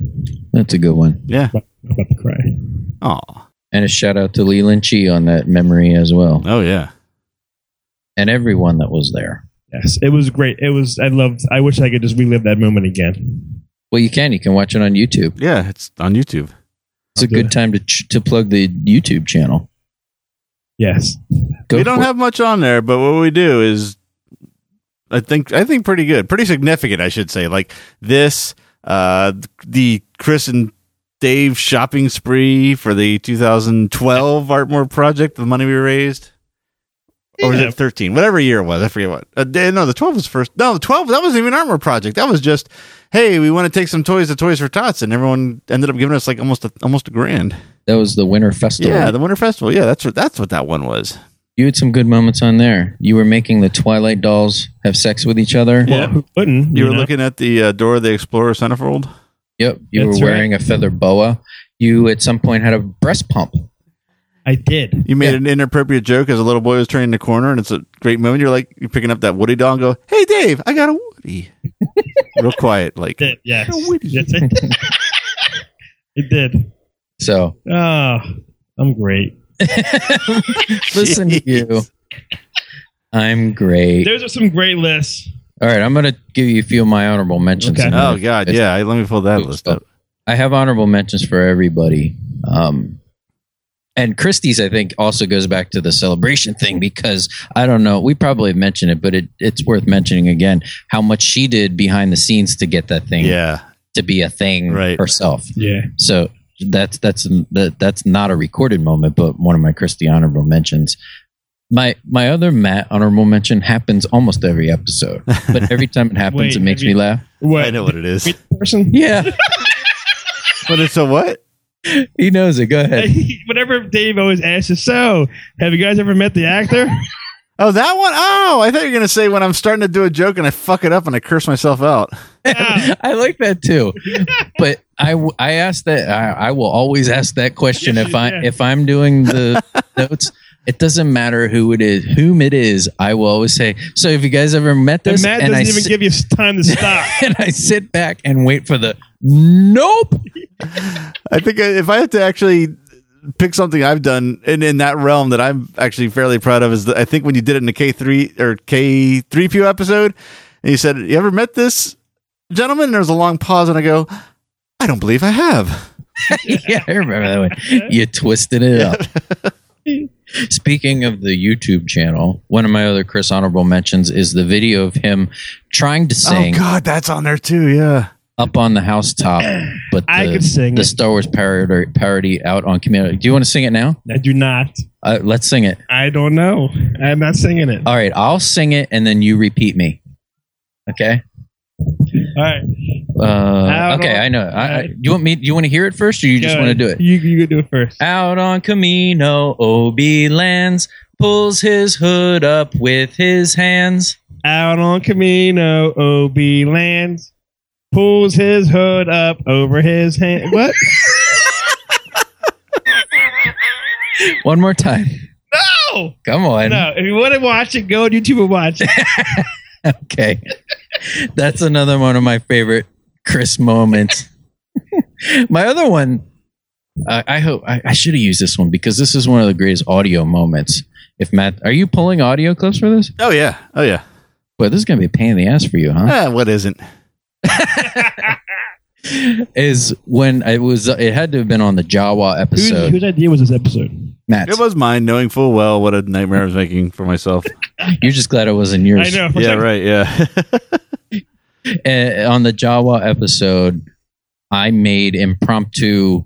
Speaker 3: That's a good one.
Speaker 1: Yeah.
Speaker 2: About to cry.
Speaker 1: Aw.
Speaker 3: And a shout out to Leland Chi on that memory as well.
Speaker 1: Oh yeah.
Speaker 3: And everyone that was there.
Speaker 2: Yes, it was great. It was. I loved. I wish I could just relive that moment again.
Speaker 3: Well, you can. You can watch it on YouTube.
Speaker 1: Yeah, it's on YouTube.
Speaker 3: It's a good time to ch- to plug the YouTube channel.
Speaker 2: Yes.
Speaker 1: we don't have much on there, but what we do is, I think, I think pretty good, pretty significant, I should say. Like this, uh, the Chris and Dave shopping spree for the 2012 Artmore project, the money we raised, or was
Speaker 22: Yeah.
Speaker 1: it 13? Whatever year it was, I forget what. Uh, they- no, the 12 was first. No, the 12 that wasn't even Artmore project. That was just, hey, we want to take some toys to Toys for Tots, and everyone ended up giving us like almost a, almost a grand.
Speaker 3: That was the Winter Festival.
Speaker 1: Yeah, the Winter Festival. Yeah, that's what that's what that one was.
Speaker 3: You had some good moments on there. You were making the Twilight dolls have sex with each other.
Speaker 2: who wouldn't?
Speaker 3: you
Speaker 1: You, were
Speaker 3: know?
Speaker 1: looking at the uh, Dora the Explorer centerfold.
Speaker 3: Yep. You
Speaker 1: That's
Speaker 3: were wearing a feather boa. You at some point had a breast pump.
Speaker 2: I did.
Speaker 1: You made an inappropriate joke as a little boy was turning the corner, and it's a great moment. You're like you're picking up that Woody doll and go, "Hey, Dave, I got a Woody." Real quiet, like
Speaker 2: Did yes. Yes, I did. it did.
Speaker 3: So
Speaker 2: Ah, I'm great.
Speaker 3: listen to you. I'm great.
Speaker 2: Those are some great lists.
Speaker 3: All right, I'm going to give you a few of my honorable mentions.
Speaker 2: Okay.
Speaker 1: Oh, God, yeah, I- let me pull that list
Speaker 3: up. I have honorable mentions for everybody. Um, and Christie's, I think, also goes back to the celebration thing because I don't know. We probably have mentioned it, but it, it's worth mentioning again how much she did behind the scenes to get that thing,
Speaker 1: yeah,
Speaker 3: to be a thing herself.
Speaker 2: Yeah.
Speaker 3: So that's that's that, that's not a recorded moment, but one of my Christie honorable mentions. My my other Matt honorable mention happens almost every episode, but every time it happens,
Speaker 2: Wait,
Speaker 3: it makes
Speaker 2: have
Speaker 3: me
Speaker 2: you-
Speaker 3: laugh.
Speaker 2: What?
Speaker 1: I know what it is.
Speaker 2: Person.
Speaker 3: Yeah.
Speaker 1: but it's a what?
Speaker 3: He knows it. Go ahead.
Speaker 2: Whatever Dave always asks us. So, have you guys ever met the actor?
Speaker 1: Oh, that one? Oh, I thought you were gonna say when I'm starting to do a joke and I fuck it up and I curse myself out.
Speaker 3: I like that too. But I, w- I ask that I, I will always ask that question if I if I'm doing the notes. It doesn't matter who it is, whom it is. I will always say. So, have you guys ever met
Speaker 2: And
Speaker 3: this?
Speaker 2: Matt
Speaker 3: And
Speaker 2: doesn't
Speaker 3: I
Speaker 2: even
Speaker 3: sit-
Speaker 2: give you time to stop.
Speaker 3: and I sit back and wait for the nope.
Speaker 1: I think if I have to actually pick something I've done in, in that realm that I'm actually fairly proud of is that I think when you did it in the K three or K three P episode, and you said, "You ever met this gentleman?" And there was a long pause, and I go, "I don't believe I have."
Speaker 3: yeah, I remember that one. You twisted it up. Speaking of the YouTube channel, one of my other Chris honorable mentions is the video of him trying to sing.
Speaker 1: Oh God, that's on there too. Yeah,
Speaker 3: up on the housetop. But the,
Speaker 2: I could sing
Speaker 3: the
Speaker 2: it.
Speaker 3: Star Wars parody, parody out on Community. Do you want to sing it now?
Speaker 2: I do not.
Speaker 3: Uh, let's sing it.
Speaker 2: I don't know. I'm not singing it.
Speaker 3: All right, I'll sing it and then you repeat me. Okay.
Speaker 2: All right.
Speaker 3: Uh,
Speaker 2: Out
Speaker 3: okay,
Speaker 2: on-
Speaker 3: I know. I, I, you want me? You want to hear it first, or you just
Speaker 2: Go
Speaker 3: want to
Speaker 2: ahead.
Speaker 3: do it? Uh,
Speaker 2: You, you can do it first.
Speaker 3: Out on Camino, Obi lands, pulls his hood up with his hands.
Speaker 2: Out on Camino, Obi lands, pulls his hood up over his hand. What?
Speaker 3: One more time.
Speaker 2: no!
Speaker 3: Come on.
Speaker 2: No, if you want to watch it, go on YouTube and watch it.
Speaker 3: Okay. That's another one of my favorite Chris moments. my other one, I I hope I, I should have used this one because this is one of the greatest audio moments. If Matt, are you pulling audio clips for this?
Speaker 1: Oh yeah. Oh yeah.
Speaker 3: Boy, this is going to be a pain in the ass for you, huh?
Speaker 1: Eh, what isn't?
Speaker 3: Is when it was, it had to have been on the Jawa
Speaker 2: Whose,
Speaker 3: episode.
Speaker 2: whose idea was this episode?
Speaker 3: Matt,
Speaker 1: It was mine, knowing full well what a nightmare I was making for myself.
Speaker 3: you're just glad it wasn't yours.
Speaker 2: I know.
Speaker 1: yeah, right. Yeah.
Speaker 3: uh, on the Jawa episode, I made impromptu.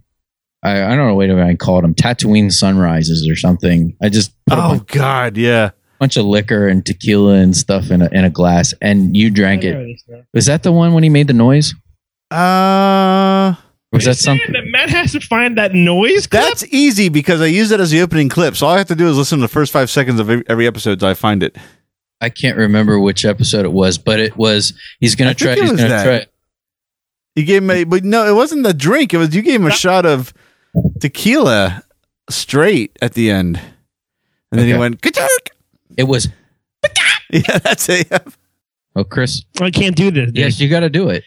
Speaker 3: I, I don't know. Wait a minute. I called them Tatooine sunrises or something. I just put a
Speaker 1: oh
Speaker 3: bunch,
Speaker 1: God. Yeah.
Speaker 3: bunch of liquor and tequila and stuff in a, in a glass, and you drank it. Was that the one when he made the noise?
Speaker 1: Uh.
Speaker 3: Was that
Speaker 2: Man,
Speaker 3: something?
Speaker 2: that Matt has to find that noise clip.
Speaker 1: That's easy because I use it as the opening clip. So all I have to do is listen to the first five seconds of ev- every episode till I find it.
Speaker 3: I can't remember which episode it was, but it was. He's gonna try.
Speaker 1: think it
Speaker 3: He's
Speaker 1: was
Speaker 3: gonna
Speaker 1: that.
Speaker 3: try.
Speaker 1: You gave him a, but no, it wasn't the drink. It was you gave him a shot of tequila straight at the end, and then he
Speaker 3: Okay.
Speaker 1: went ka
Speaker 3: It was.
Speaker 1: Yeah, that's it.
Speaker 3: Oh, Chris.
Speaker 2: I can't do this. dude.
Speaker 3: Yes, you got to do it.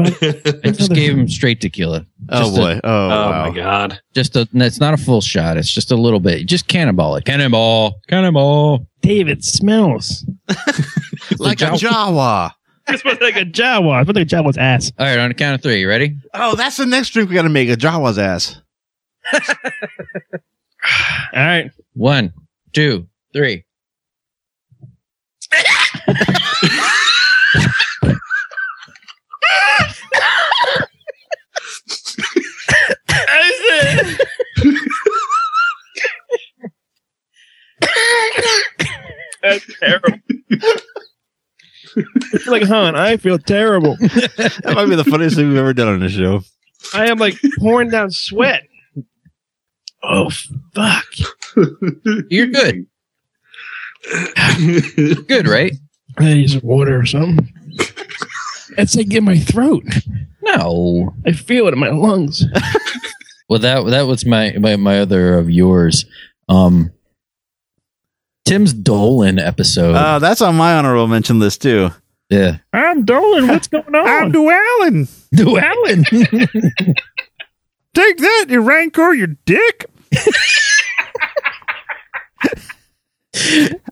Speaker 3: I just gave him straight tequila.
Speaker 1: Oh
Speaker 3: Just a-
Speaker 1: boy. oh wow.
Speaker 11: my God.
Speaker 3: just a and it's not a full shot it's just a little bit just cannonball it cannonball cannonball
Speaker 2: Dave, it smells.
Speaker 1: like a
Speaker 3: Jawa.
Speaker 1: Jawa.
Speaker 2: It smells like a Jawa. It smells like a Jawa's ass.
Speaker 3: all right on the count of three you ready
Speaker 1: Oh, that's the next drink we got to make a Jawa's ass.
Speaker 2: All right.
Speaker 3: one two three
Speaker 2: That's terrible. like, hon, I feel terrible.
Speaker 1: That might be the funniest thing we've ever done on this show.
Speaker 2: I am like pouring down sweat. Oh fuck!
Speaker 3: you're good good right
Speaker 2: I need some water or something. It's like in my throat.
Speaker 3: no
Speaker 2: I feel it in my lungs.
Speaker 3: well that that was my my, my other of yours um tim's dolan episode
Speaker 1: Uh, that's on my honorable mention list too.
Speaker 3: yeah
Speaker 2: I'm Dolan. What's going on?
Speaker 1: Dwelling.
Speaker 3: Llewellyn.
Speaker 1: Take that, you rancor, you dick.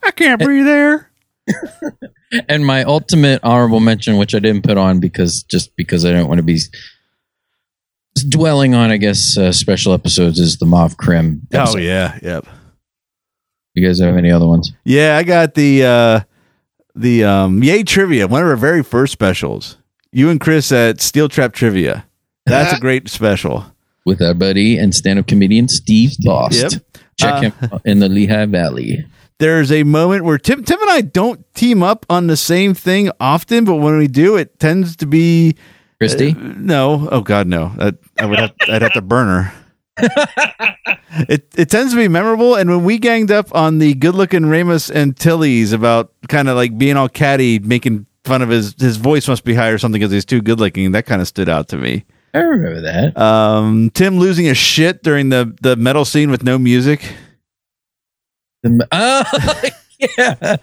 Speaker 1: I can't breathe air.
Speaker 3: and my ultimate honorable mention which i didn't put on because just because i don't want to be s- dwelling on i guess uh, special episodes is the mauve crim
Speaker 1: Oh
Speaker 3: episode.
Speaker 1: yeah, yep.
Speaker 3: you guys have any other ones
Speaker 1: Yeah, I got the uh the um Yay Trivia, one of our very first specials. You and Chris at Steel Trap Trivia. That's a great special.
Speaker 3: with our buddy and stand-up comedian Steve Bost.
Speaker 1: Yep.
Speaker 3: Check
Speaker 1: Uh,
Speaker 3: him out in the Lehigh Valley.
Speaker 1: There's a moment where Tim Tim and I don't team up on the same thing often, but when we do, it tends to be
Speaker 3: Christy,
Speaker 1: Uh, no. Oh God, no. I, I would have. I'd have to burn her. it it tends to be memorable. And when we ganged up on the good looking Ramos and Tilly's about kind of like being all catty, making fun of his his voice must be high or something because he's too good looking. That kind of stood out to me.
Speaker 3: I remember that.
Speaker 1: Um, Tim losing his shit during the the metal scene with no music.
Speaker 3: The- oh, yeah.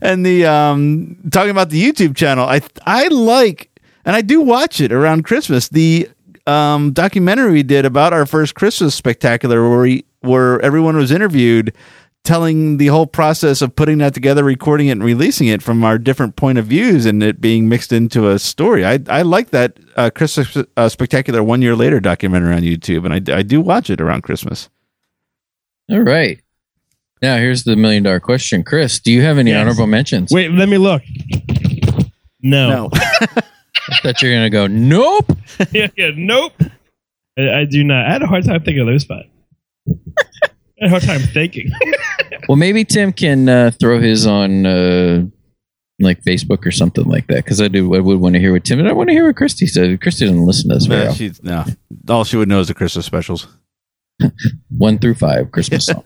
Speaker 1: and the um talking about the YouTube channel, I I like and I do watch it around Christmas. The um documentary we did about our first Christmas spectacular where we, where everyone was interviewed telling the whole process of putting that together, recording it, and releasing it from our different point of views, and it being mixed into a story. I I like that uh, Christmas uh, spectacular one year later documentary on YouTube, and I I do watch it around Christmas.
Speaker 3: All right. Now here's the million dollar question, Chris. Do you have any
Speaker 2: Yes.
Speaker 3: honorable mentions?
Speaker 2: Wait, let me look. No.
Speaker 3: I thought you were gonna go. Nope.
Speaker 2: yeah, yeah, nope. I, I do not. I had a hard time thinking of those five. I had a hard time thinking.
Speaker 3: Well, maybe Tim can uh, throw his on uh, like Facebook or something like that because I do. I would want to hear what Tim and I want to hear what Christy said. Christy doesn't listen to us. very
Speaker 1: Yeah,
Speaker 3: often.
Speaker 1: she's, no, all she would know is the Christmas specials.
Speaker 3: One through five Christmas song.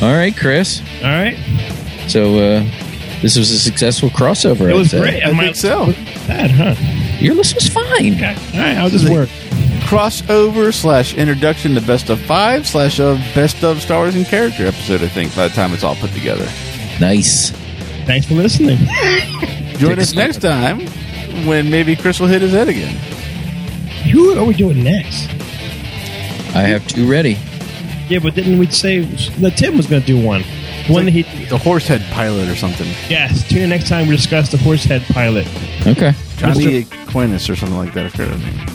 Speaker 3: All right, Chris.
Speaker 2: All right.
Speaker 3: So uh, this was a successful crossover.
Speaker 2: It was
Speaker 3: I'd say.
Speaker 2: great. I think so. Bad, huh?
Speaker 3: Your list was fine.
Speaker 2: Okay. All right, I'll just work.
Speaker 1: Crossover slash introduction to best of five slash of best of Star Wars and character episode. I think by the time it's all put together.
Speaker 3: Nice.
Speaker 2: Thanks for listening.
Speaker 1: Join us next time when maybe Chris will hit his head again.
Speaker 2: Who are we doing next?
Speaker 3: I have two ready.
Speaker 2: Yeah, but didn't we say that Tim was going to do one? One that he
Speaker 1: the horsehead pilot or something.
Speaker 2: Yes. Tune in next time we discuss the horsehead pilot.
Speaker 3: Okay.
Speaker 1: Johnny Aquinas or something like that. I forget his name.